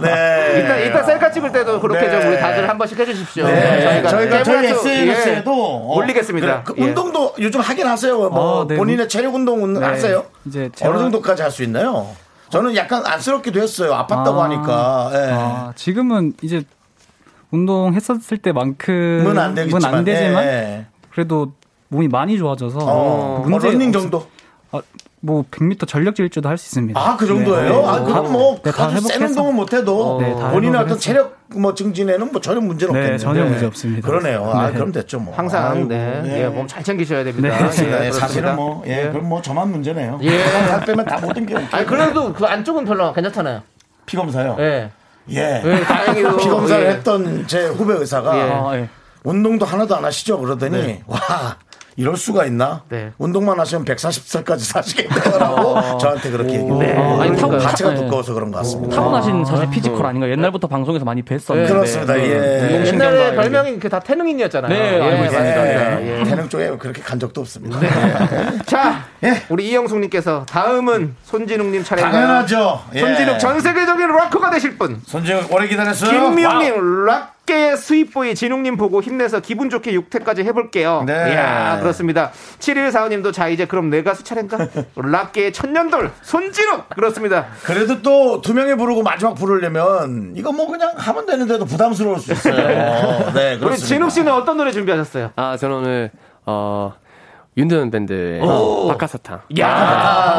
네.
일단 일단 셀카 찍을 때도 그렇게
네.
좀 우리 다들 한 번씩 해주십시오.
네, 저희가 저희가 저희
깨물아트,
SNS에도
예, 올리겠습니다.
그
예.
운동도 요즘 하긴 하세요. 뭐
어, 네.
본인의 체력 운동은 하세요?
네,
이제 제가-
어느 정도까지 할 수 있나요? 저는 약간 안쓰럽기도 했어요. 아팠다고
아.
하니까. 예.
아, 지금은 이제 운동했었을 때만큼은
그건 안 되겠지만.
안 되지만
예.
그래도 몸이 많이 좋아져서
어, 뭐
문제
런닝
없-
정도.
아, 뭐 100m 전력 질주도 할 수 있습니다.
아, 그 정도예요?
네, 네.
아, 그럼 뭐,
네, 다
아주 센
회복해서- <laughs>
운동은 못해도
네, 다
본인의
회복을
어떤
해서.
체력 뭐 증진에는 뭐 전혀 문제는
네,
없겠네요.
전혀 문제 없습니다.
그러네요. 아,
네.
그럼 됐죠, 뭐.
항상
아이고,
네,
예.
몸 잘 챙기셔야 됩니다.
네,
그렇습니다.
예,
예,
그렇습니다.
사실은 뭐, 예, 그럼 뭐 저만 문제네요.
예.
살 빼면 다 모든 게
아니
오케이.
그래도 그 안쪽은 별로 괜찮잖아요.
피 검사요.
예.
예.
예,
<laughs>
다행히도
피 검사를
예.
했던 제 후배 의사가
예.
아, 예.
운동도 하나도 안 하시죠? 그러더니 와 이럴 수가 있나?
네. 아.
운동만 하시면 140살까지 사시겠다라고 저한테 그렇게 얘기해요.
어,
네. 아니, 타고
바체가
네.
두꺼워서 그런 것 같습니다.
타고나신 사실
네.
피지컬 아닌가 옛날부터 방송에서 많이 뵀었는데 네.
그렇습니다. 예.
옛날에
신경과
별명이 그 다 태능인이었잖아요.
네, 알고
예,
있습니다.
맞습니다.
예.
예.
태릉 쪽에 그렇게 간 적도 없습니다.
네. 자,
예.
우리 이영숙님께서 다음은 손진욱님 차례인가요?
당연하죠. 예.
손진욱 전 세계적인 락커가 되실 분.
손진욱 오래 기다렸어요. 와우.
김미영님 락계의 스윗보이 진욱님 보고 힘내서 기분 좋게 6태까지 해볼게요.
네.
이야 그렇습니다. 7145님도 자 이제 그럼 내 가수 차례인가? <laughs> 락계의 천년돌 손진욱 그렇습니다.
그래도 또 두 명이 부르고 마지막 부르려면 이거 뭐 그냥 하면 되는데도 부담스러울 수
<laughs>
있어요.
예,
네, 그렇습니다.
우리 진욱 씨는 어떤 노래 준비하셨어요?
아, 저는 오늘, 어, 윤도현 밴드의 박하사탕.
아.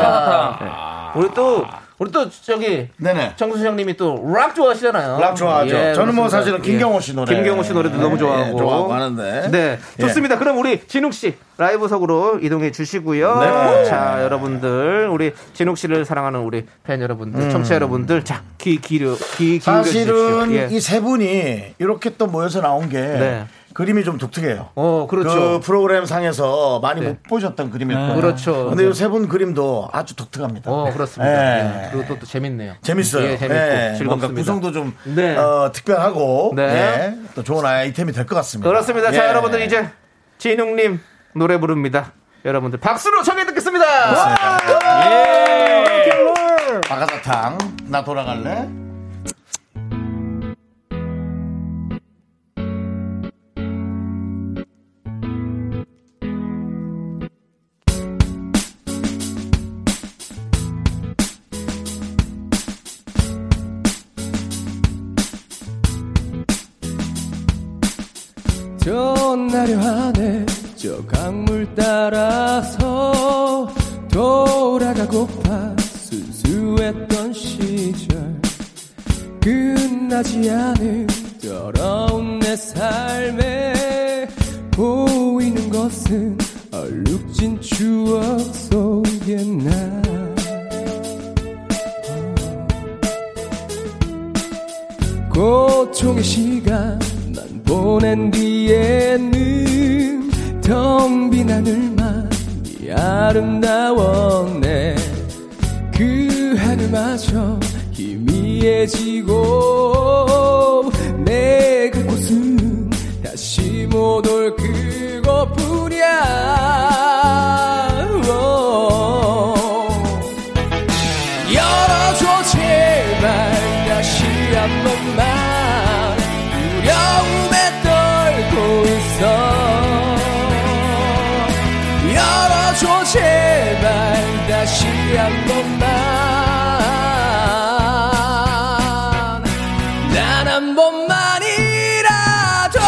우리 또 우리 또 저기
아. 네네.
정수영 님이 또 락 좋아하시잖아요.
락 좋아하죠.
예,
저는 뭐
그렇습니다.
사실은 김경호 씨 노래.
김경호 씨 노래도
예,
너무 좋아하고.
예, 좋아하고 하는데. 예.
네. 좋습니다. 그럼 우리 진욱 씨 라이브석으로 이동해 주시고요.
네.
자, 여러분들 우리 진욱 씨를 사랑하는 우리 팬 여러분들, 청취자 여러분들 자, 귀 기려 귀 기울여
음. 사실은
주십시오. 예.
이 세 분이 이렇게 또 모여서 나온 게
네.
그림이 좀 독특해요.
어, 그렇죠.
그 프로그램 상에서 많이
네.
못 보셨던 그림일 거예요.
그렇죠.
근데 이 세 분 그림도 아주 독특합니다.
어, 그렇습니다.
예.
예. 그리고 또, 또 재밌네요.
재밌어요.
예, 재밌고
뭔가
즐겁습니다.
구성도 좀
네.
어, 특별하고
네.
예, 또 좋은 아이템이 될 것 같습니다.
그렇습니다.
예.
자, 여러분들 이제 진웅님 노래 부릅니다. 여러분들 박수로 청해 듣겠습니다. 예.
박아사탕 예. 나 돌아갈래?
저 나려하네 저 강물 따라서 돌아가고파 수수했던 시절 끝나지 않은 더러운 내 삶에 보이는 것은 얼룩진 추억 속에 나 고통의 시간 난 보낸 뒤에는
텅 빈 하늘만이 아름다웠네 그 하늘마저 희미해지고 내 그곳은 다시 못 올 그곳뿐이야 오. 열어줘 제발 다시 한 번만 두려움에 떨고 있어 열어줘 제발 다시 한 번만 난 한 번만이라도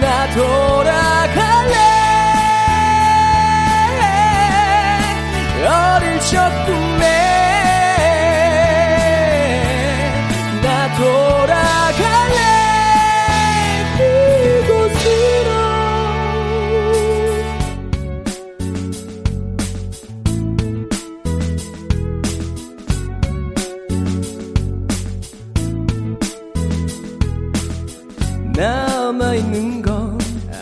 나 돌아갈래 어릴 적 꿈에 나 돌아갈래 그곳으로 남아있는 건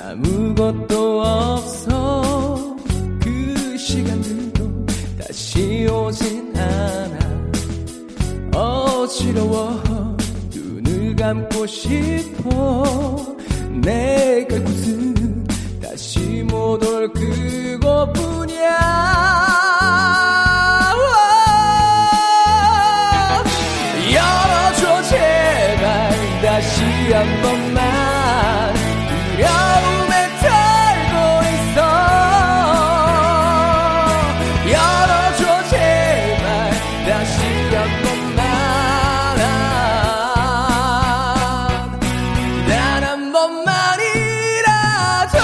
아무것도 없어 그 시간들도 다시 오진 않아 어지러워 눈을 감고 싶어 내가 곳은 다시 못 올 그곳뿐이야 열어줘 제발 다시 한 번만 두려움에 떨고 있어 열어줘 제발 다시 한 번만 아, 단 한 번만이라도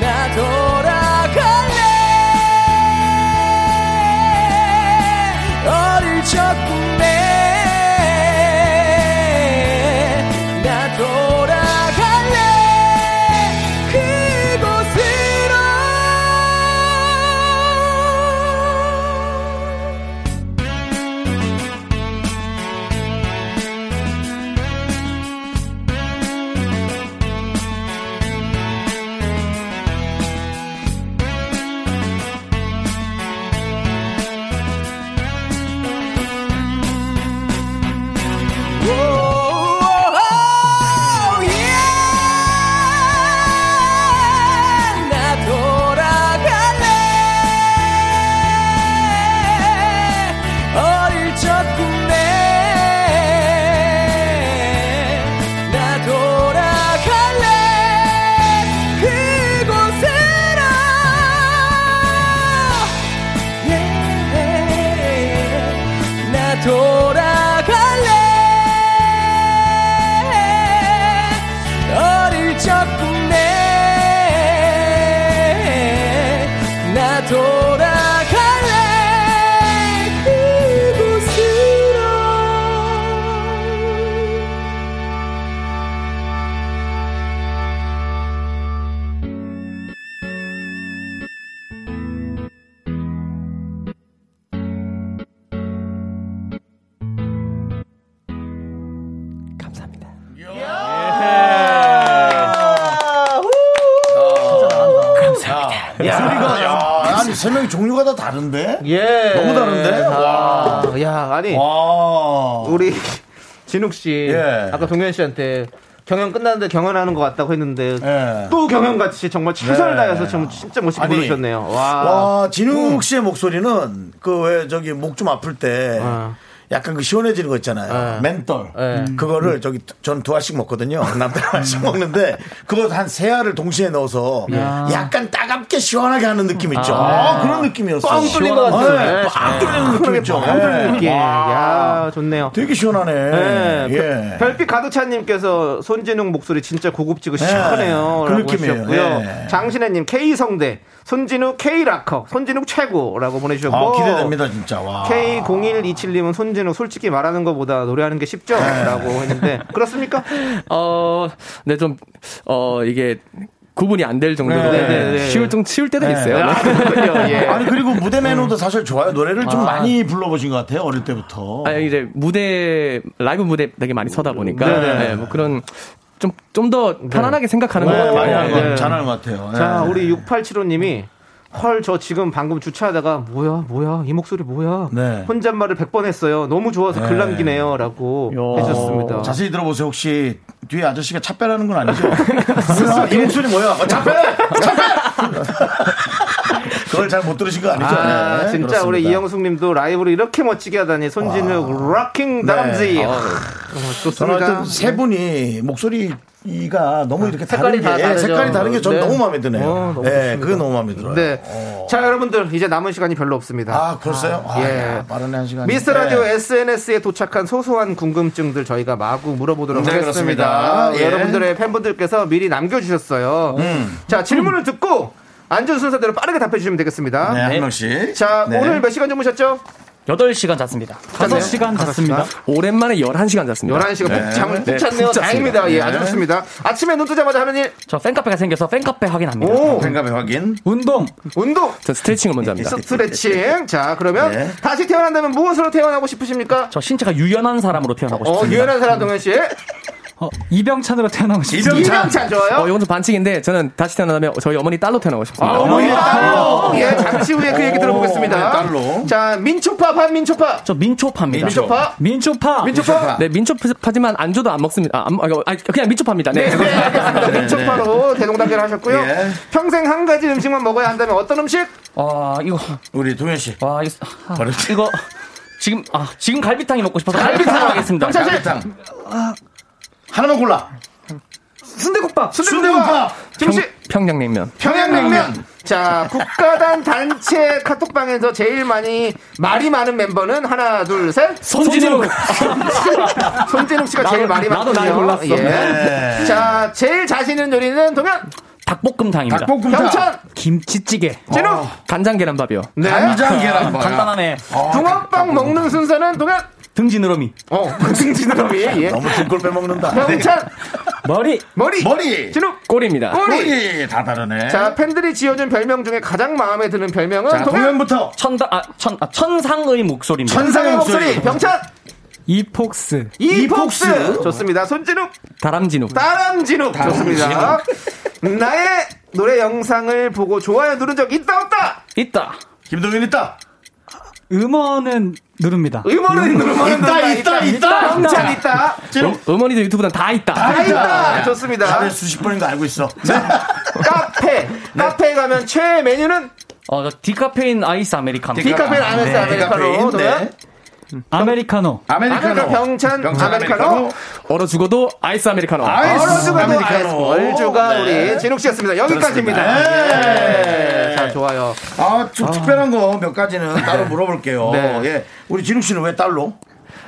나 돌아갈래 어릴 적 꿈에 나 돌아갈래 그곳으로 나 돌아갈래 어릴 적 꿈에 나 돌아갈래 그곳으로 yeah. 나 돌아갈래 어릴 적 꿈에 나 돌아갈래 그곳으로
소리가 야, 아니 세 명이 종류가 다 다른데?
예.
너무 다른데?
아, 야, 아니.
와.
우리 <laughs> 진욱 씨.
예.
아까 동현 씨한테 경연 끝났는데 경연하는 것 같다고 했는데
예.
또 경연 같이 정말 최선을
네.
다해서 정말 진짜 멋있게
아니,
부르셨네요. 와. 음.
와, 진욱 씨의 목소리는 그 왜 저기 목 좀 아플 때
어.
약간 그 시원해지는 거 있잖아요.
예.
멘떨. 음.
예.
그거를 저기 전 두 알씩 먹거든요. 남들 한씩 먹는데 그거 한 세 알을 동시에 넣어서
네.
약간 따갑게 시원하게 하는 느낌 있죠. 아, 그런 느낌이었어요.
뻥 뚫린 것 같은.
네, 뻥 뚫리는 느낌
그러게
있죠.
뻥 뚫린
예.
느낌. 야, 좋네요.
되게 시원하네.
네.
예.
별- 별빛 가득차님께서 손진웅 목소리 진짜 고급지고 시원해요.
그
라고
느낌이에요.
해주셨고요.
예.
장신혜님 K성대, 손진우 K락커, 손진우 최고라고 보내주셨고.
아, 기대됩니다, 진짜. 와.
네. K0127님은 손진우 솔직히 말하는 것보다 노래하는 게 쉽죠?
예.
라고 했는데. 그렇습니까?
어, 네, 좀, 어, 이게 구분이 안 될 정도로
네, 네, 네.
쉬울 좀 치울 때도
네.
있어요.
아, 그렇군요.
예.
아니 그리고 무대
음.
매너도 사실 좋아요. 노래를 좀
아.
많이 불러보신 것 같아요. 어릴 때부터.
아 이제 무대 라이브 무대 되게 많이 서다 보니까
네네.
네, 뭐 그런 좀 좀 더 편안하게 생각하는 것
네,
같아요.
많이 하는 것
네.
잘하는 것 같아요.
예. 자,
네.
우리 6875님이 헐, 저 지금 방금 주차하다가 뭐야, 뭐야, 이 목소리 뭐야.
네.
혼잣말을 100번 했어요. 너무 좋아서
네.
글 남기네요. 라고 어, 해주셨습니다.
자세히 들어보세요. 혹시 뒤에 아저씨가 차별하는 건
<laughs>
아니죠? 뭐야? 이 목소리 뭐야? 어, 차별! 차별! 그걸 잘 못 들으신 거 아니죠?
아,
네,
진짜
그렇습니다.
우리 이영숙님도 라이브로 이렇게 멋지게 하다니 손진우 락킹 다람쥐.
네.
아,
아, 저는
좋습니다. 네.
하여튼 세 분이 목소리가 너무 이렇게
색깔이
다른 게 예,
다 다르죠.
색깔이 다른 게 전
네.
너무 마음에 드네요.
어, 너무
네,
좋습니다.
그게 너무 마음에 들어요.
네. 자, 여러분들 이제 남은 시간이 별로 없습니다.
아, 벌써요? 아,
예.
야, 빠르네 한 시간.
미스 라디오 SNS에 도착한 소소한 궁금증들 저희가 마구 물어보도록
네,
하겠습니다.
그렇습니다. 예. 음.
여러분들의 팬분들께서 미리 남겨주셨어요. 자 질문을 듣고 안전 순서대로 빠르게 답해주시면 되겠습니다.
네, 한 명씩.
자
네.
오늘 몇 시간 주무셨죠?
8시간 잤습니다.
잤네요. 다섯
오랜만에 11시간 잤습니다.
11시간 푹 잠을 푹 잤네요. 다행입니다. 예, 아주 좋습니다. 아침에 눈 뜨자마자 하는 일.
저 팬카페가 생겨서 팬카페 확인합니다.
오!
팬카페 확인.
운동.
운동.
저 스트레칭을 먼저 합니다.
<laughs>
스트레칭. 자, 그러면
네.
다시 태어난다면 무엇으로 태어나고 싶으십니까?
저 신체가 유연한 사람으로 태어나고
어,
싶습니다.
유연한 사람 동현 씨.
이병찬으로 태어나고
싶습니다. 이병찬 좋아요?
어, 이건 좀 반칙인데 저는 다시 태어나면 저희 어머니 딸로 태어나고 싶습니다.
아, 어머니 딸로. 예, 잠시 후에 그 얘기 들어보겠습니다. 자, 민초파, 반민초파.
저 민초파입니다.
민초파?
민초파.
민초파?
네, 민초파지만 안 줘도 안 먹습니다. 아, 안, 먹- 아, 그냥 민초파입니다. 네.
알겠습니다. 민초파로 대동단계를 하셨고요.
예.
평생 한 가지 음식만 먹어야 한다면 어떤 음식?
아 이거
우리 동현 씨.
와 이거 아, 이거 지금 아 지금 갈비탕이 먹고 싶어서 갈비탕 하겠습니다.
경찰 씨. 아, 하나만 골라.
순대국밥.
순대국밥.
김씨.
평양냉면.
평양냉면. 자, 국가단 단체 카톡방에서 제일 많이 말이 많은 멤버는 하나, 둘, 셋.
손진욱.
손진욱 <laughs> 씨가
나도-
제일 말이 많거든요.
나도 날 골랐어.
예.
네.
자, 제일 자신 있는 요리는 동현.
닭볶음탕입니다.
닭볶음탕. 경찬.
김치찌개.
진욱.
간장 계란밥이요. 아,
네.
아, 간단하네.
붕어빵 먹는 순서는 동현.
등지느러미.
어, 등지느러미. 예.
너무 등골 빼먹는다.
경찬.
머리.
머리.
머리.
진욱.
꼬리입니다.
아, 꼬리.
다 다르네.
자, 팬들이 지어준 별명 중에 가장 마음에 드는 별명은
자,
동현.
동현부터.
천다 아, 천, 아, 천상의 목소리입니다.
천상의 목소리. 병찬.
이폭스.
이폭스. 좋습니다. 손진욱.
다람쥐누.
따람진욱 좋습니다. 나의 노래 영상을 보고 좋아요 누른 적 있다 없다.
있다.
김동현 있다.
음원은 누릅니다.
음원은 누르면 된다. 경찰 있다.
어, 어머니도 유튜브는 다 있다.
다 있다. 좋습니다. 네.
다들 수십 번인 거 알고 있어.
카페
네.
카페에 가면 최애 메뉴는
어, 저 디카페인 아이스 아메리카노.
디카페인
네,
아메스 네,
네.
아메리카노. 동현?
음.
아메리카노.
아메리카노 병찬 아메리카노.
얼어 죽어도 아이스 아메리카노.
얼주가 아메리카노.
아메리카노.
얼주가
네.
우리 진욱 씨였습니다. 여기까지입니다.
그렇습니다.
예. 자 좋아요.
아, 좀 특별한 거 몇 가지는 따로 물어볼게요.
네.
예. 우리 진욱 씨는 왜 딸로?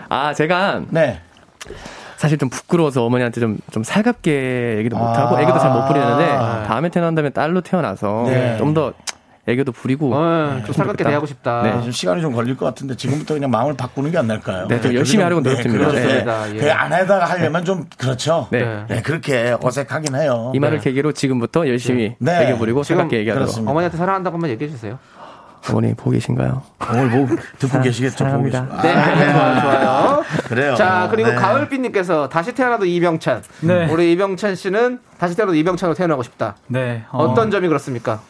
아, 제가
네.
사실 좀 부끄러워서 어머니한테 좀, 좀 살갑게 얘기도 못하고
아.
애교도 잘 못 부리는데 다음에 태어난다면 딸로 태어나서
네.
좀 더 애교도 부리고
어, 좀 살갑게 대하고 싶다.
네.
좀 시간이 좀 걸릴 것 같은데 지금부터 그냥 마음을 바꾸는 게 안 날까요?
네, 좀 열심히 하려고 노력중입니다.
그렇습니다.
네.
예. 안 하다가 하려면 좀 그렇죠.
네.
네. 그렇게 어색하긴 해요.
이 말을
네.
계기로 지금부터 열심히
네.
애교 부리고
지금
살갑게 얘기하도록
그렇습니다.
어머니한테 사랑한다고 한번 얘기해 주세요.
어머니 보고 계신가요?
어머니 보고 뭐 듣고 계시겠죠?
사랑합니다.
보고 계시-
네,
아, 네.
좋아요, 좋아요.
그래요.
자, 그리고
네.
가을빛님께서 다시 태어나도 이병찬.
네.
우리 이병찬 씨는 다시 태어나도 이병찬으로 태어나고 싶다.
네.
어. 떤 점이 그렇습니까?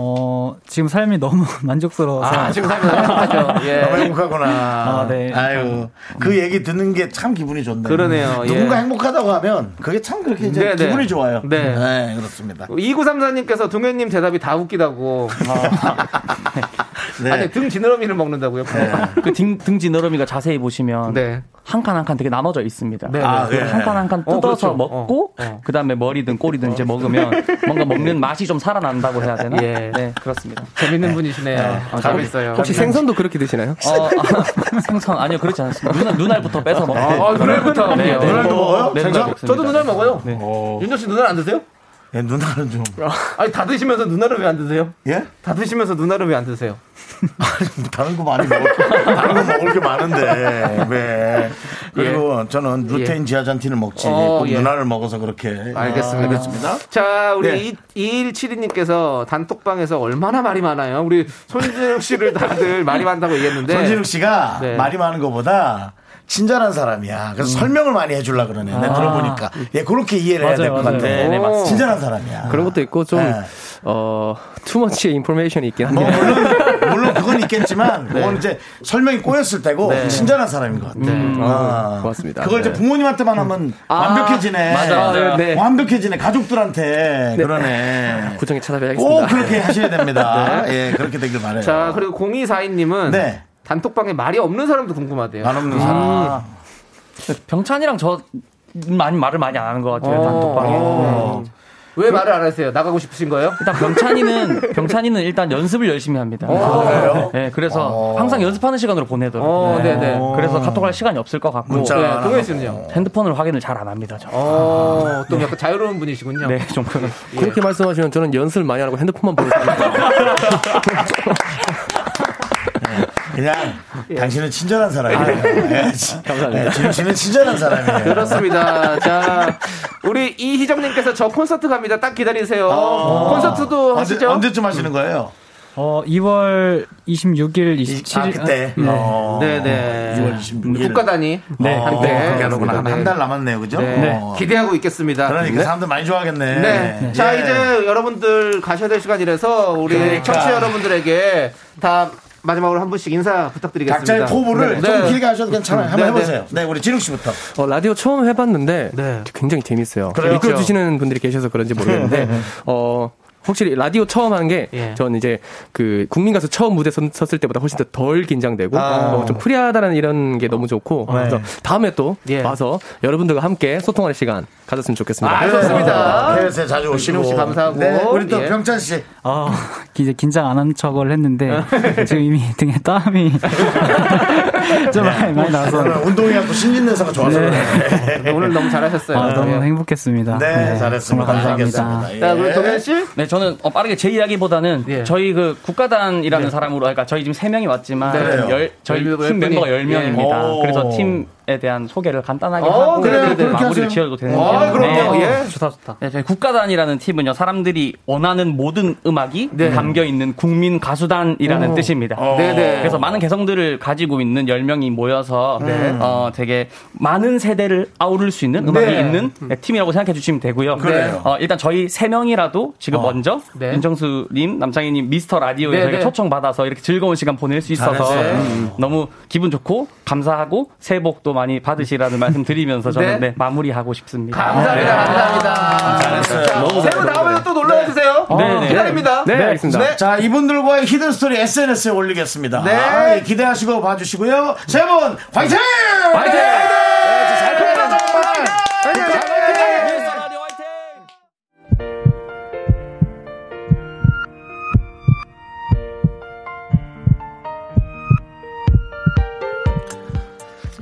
어, 지금 삶이 너무 <laughs> 만족스러워서.
아, 지금 삶이
<laughs>
<laughs> 너무 행복하죠. 예.
너무 행복하구나.
아,
아,
네.
유그 얘기 듣는 게 참 기분이 좋네요.
그러네요, 예.
누군가 행복하다고 하면 그게 참 그렇게 이제
네, 네.
기분이 좋아요.
네.
그렇습니다.
2934님께서 동현님 대답이 다 웃기다고.
아. 네.
아니, <laughs> 등 지느러미를 먹는다고요?
<laughs> 그 등, 등지느러미가 자세히 보시면
네.
한 칸 한 칸 되게 나눠져 있습니다.
네, 네. 아,
네.
한 칸 한 칸
어,
뜯어서
그렇죠.
먹고 그다음에 머리든 꼬리든 이제 먹으면 뭔가 먹는 맛이 좀 살아난다고 해야 되나?
예.
네, 그렇습니다.
재밌는 분이시네요. 아, 재밌어요.
혹시
네.
생선도 그렇게 드시나요?
어, <laughs> 아, 생선 아니요 그렇지 않습니다. 누나 눈알부터 빼서 먹어요.
아, 눈알부터.
네, 네.
눈알도 먹어요?
네,
생선?
먹습니다.
저도 눈알 먹어요. 윤정 씨 눈알 안 드세요?
예, 누나는 좀.
아니 다 드시면서 누나를 왜 안 드세요?
예?
다 드시면서 누나를 왜 안 드세요?
다른 거 많이 먹을 게, 다른 거 먹을 게 많은데 왜? 그리고 저는 루테인
예.
지하잔틴을 먹지
어,
꼭
예.
누나를 먹어서 그렇게.
알겠습니다.
알겠습니다.
자,
예, 네.
우리 이 2172님께서 단톡방에서 얼마나 말이 많아요. 우리 손진욱 씨를 다들 말이 많다고 얘기했는데.
손진욱 씨가
네. 음.
말이 많은 것보다 친절한 사람이야. 그래서 설명을 많이 해주려 그러네. 내가
아.
들어보니까 예 그렇게 이해를 해야
맞아요,
될 것
맞아요.
같아.
네, 네, 맞습니다.
친절한 사람이야.
그런 것도 있고 좀
네. 뭐,
어, 투머치의 인포메이션이 있긴 한데.
물론 그건
네.
있겠지만 그건 이제 설명이 꼬였을
<laughs>
때고
네.
친절한 사람인 것 같아.
음.
네.
아.
고맙습니다.
그걸 이제
네.
부모님한테만 하면
아,
완벽해지네.
맞아, 맞아요. 네.
완벽해지네. 가족들한테 그러네.
<laughs> 구정에 찾아봐야겠습니다.
꼭 그렇게
<laughs>
하셔야 됩니다.
네.
예, 그렇게 되길 바래요. 네.
자, 그리고 0242님은 단톡방에 말이 없는 사람도 궁금하대요. 음.
말 없는
사람. 아. 병찬이랑 저 많이 말을 많이 안 하는 것 같아요.
어.
단톡방에. 네.
어. 왜 말을 안 하세요? 나가고 싶으신 거예요?
일단 병찬이는 병찬이는 일단 연습을 열심히 합니다.
어, 그래요?
네, 그래서 항상 연습하는 시간으로 보내더라고요.
어, 네네.
그래서 카톡할 시간이 없을 것 같고.
뭐,
문자 네, 동현 씨는요?
핸드폰을 확인을 잘 안 합니다. 저.
어,
<laughs>
좀 약간 자유로운 분이시군요.
네, 좀 그런.
그렇게 말씀하시면 저는 연습을 많이 안 하고 핸드폰만 보고 있습니다.
그냥
예.
당신은 친절한
아,
사람이에요.
네.
예, 진- 예, 진욱 씨는 친절한 사람이에요.
그렇습니다. 자, 우리 이희정님께서 저 콘서트 갑니다. 딱 기다리세요. 콘서트도
아, 언제-
하시죠?
언제쯤 하시는 거예요?
어, 2월 26일, 27일.
아, 그때.
네.
어.
네네. 뭐
6월 26일.
국가 단위.
네.
어,
한때.
네.
그러구나.
네.
한 달 남았네요. 그죠?
네.
네.
기대하고 있겠습니다.
그러니까
네.
사람들 많이 좋아하겠네.
네.
예.
자, 이제 여러분들 가셔야 될 시간이라서 우리
그러니까.
청취자 여러분들에게 다 마지막으로 한 분씩 인사 부탁드리겠습니다.
각자의 포부를
네.
좀
네.
길게 하셔도 괜찮아요. 한번
네, 네.
해보세요. 네, 우리 진욱 씨부터.
어, 라디오 처음 해봤는데 굉장히 재밌어요.
그래요?
이끌어주시는 분들이 계셔서 그런지 모르겠는데 어. 확실히 라디오 처음 한 게
예.
전 이제 그 국민 가수 처음 무대 선- 섰을 때보다 훨씬 더 덜 긴장되고
아.
어, 좀 프리하다는 이런 게 너무 좋고
네.
그래서 다음에 또
예.
와서 여러분들과 함께 소통할 시간 가졌으면 좋겠습니다.
아, 좋습니다.
해외에서 자주 오시고.
진욱 씨 감사하고.
네, 우리 또
예.
병찬 씨.
어, 이제 긴장 안 한 척을
<laughs>
했는데 지금 이미 등에 땀이 <laughs> 좀 많이, 많이 나서
오늘 네. 운동이 갖고 신진대사가 좋아서
네.
그래.
<laughs>
오늘 너무 잘하셨어요.
아, 너무
예.
행복했습니다.
네, 잘했습니다.
정말
감사하겠습니다. 예.
자, 우리 동현 씨? 예.
네, 저는 어, 빠르게 제 이야기보다는 저희 그 국가단이라는 사람으로, 그러니까 저희 지금 세명이 왔지만,
네.
지금 열- 저희
열- 열
팀
분이.
멤버가 열명입니다
예.
그래서
오.
팀에 대한 소개를 간단하게
어,
하고,
그래요. 그렇게 하세요.
마무리를 지어도 되는지.
아, 그럼요. 예.
좋다, 좋다. 네, 저희 국가단이라는 팀은요, 사람들이 원하는 모든 음악이 담겨있는 국민 가수단이라는
네. 오.
뜻입니다.
어.
네네.
그래서 많은 개성들을 가지고 있는 열명이 모여서,
네.
어, 되게 많은 세대를 아우를 수 있는 음악이
네.
있는 네, 팀이라고 생각해 주시면 되고요.
그래요.
어, 일단 저희 세 명이라도 지금 먼저
네.
윤정수님, 남창희님 미스터 라디오에
네,
저희가
네.
초청 받아서 이렇게 즐거운 시간 보낼 수 있어서
잘했어요.
음, 너무 기분 좋고 감사하고 새해 복도 많이
<laughs>
받으시라는 말씀 드리면서 저는
네.
네, 마무리하고 싶습니다. 네.
감사합니다.
네.
감사합니다. 자, 새우 다음에도 또 놀러 와주세요.
네, 네.
아, 기다립니다.
네, 알겠습니다.
자, 이분들과의 히든 스토리 SNS에 올리겠습니다.
네.
아, 예, 기대하시고 봐주시고요. 세 분 화이팅! 화이팅! 잘 풀어라, 정말!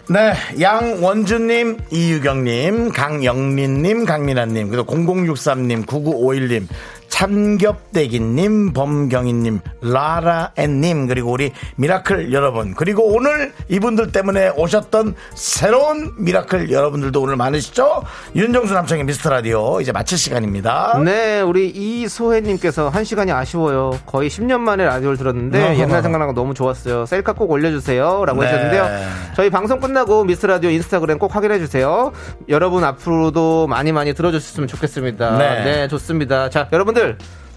네, 양원주님, 이유경님, 강영민님, 강민아님, 그리고 0063님, 9951님, 참겹대기님, 범경희님, 라라앤님, 그리고 우리 미라클 여러분, 그리고 오늘 이분들 때문에 오셨던 새로운 미라클 여러분들도 오늘 많으시죠? 윤정수 남창의 미스터 라디오 이제 마칠 시간입니다.
네, 우리 이소혜님께서 한 시간이 아쉬워요. 거의 10년 만에 라디오를 들었는데 옛날 생각나고 너무 좋았어요. 셀카 꼭 올려주세요라고
네.
하셨는데요. 저희 방송 끝나고 미스 라디오 인스타그램 꼭 확인해 주세요. 여러분 앞으로도 많이 많이 들어주셨으면 좋겠습니다.
네.
네, 좋습니다. 자, 여러분들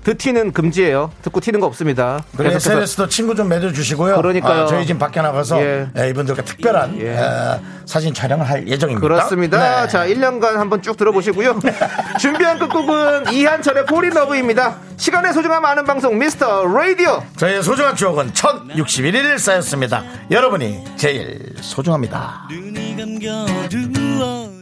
듣튀는 금지예요. 듣고 튀는 거 없습니다.
그래서
계속해서-
SNS도 친구 좀 맺어주시고요.
그러니까요.
아, 저희 지금 밖에 나가서
예.
예, 이분들과 특별한 에, 사진 촬영을 할 예정입니다.
그렇습니다.
네.
자, 1년간 한번 쭉 들어보시고요. <laughs> 준비한 끝곡은 이한철의 폴인 러브입니다. 시간의 소중함 아는 방송 미스터 라디오.
저희의 소중한 추억은 1061일 쌓였습니다. 여러분이 제일 소중합니다.
눈이 감겨두어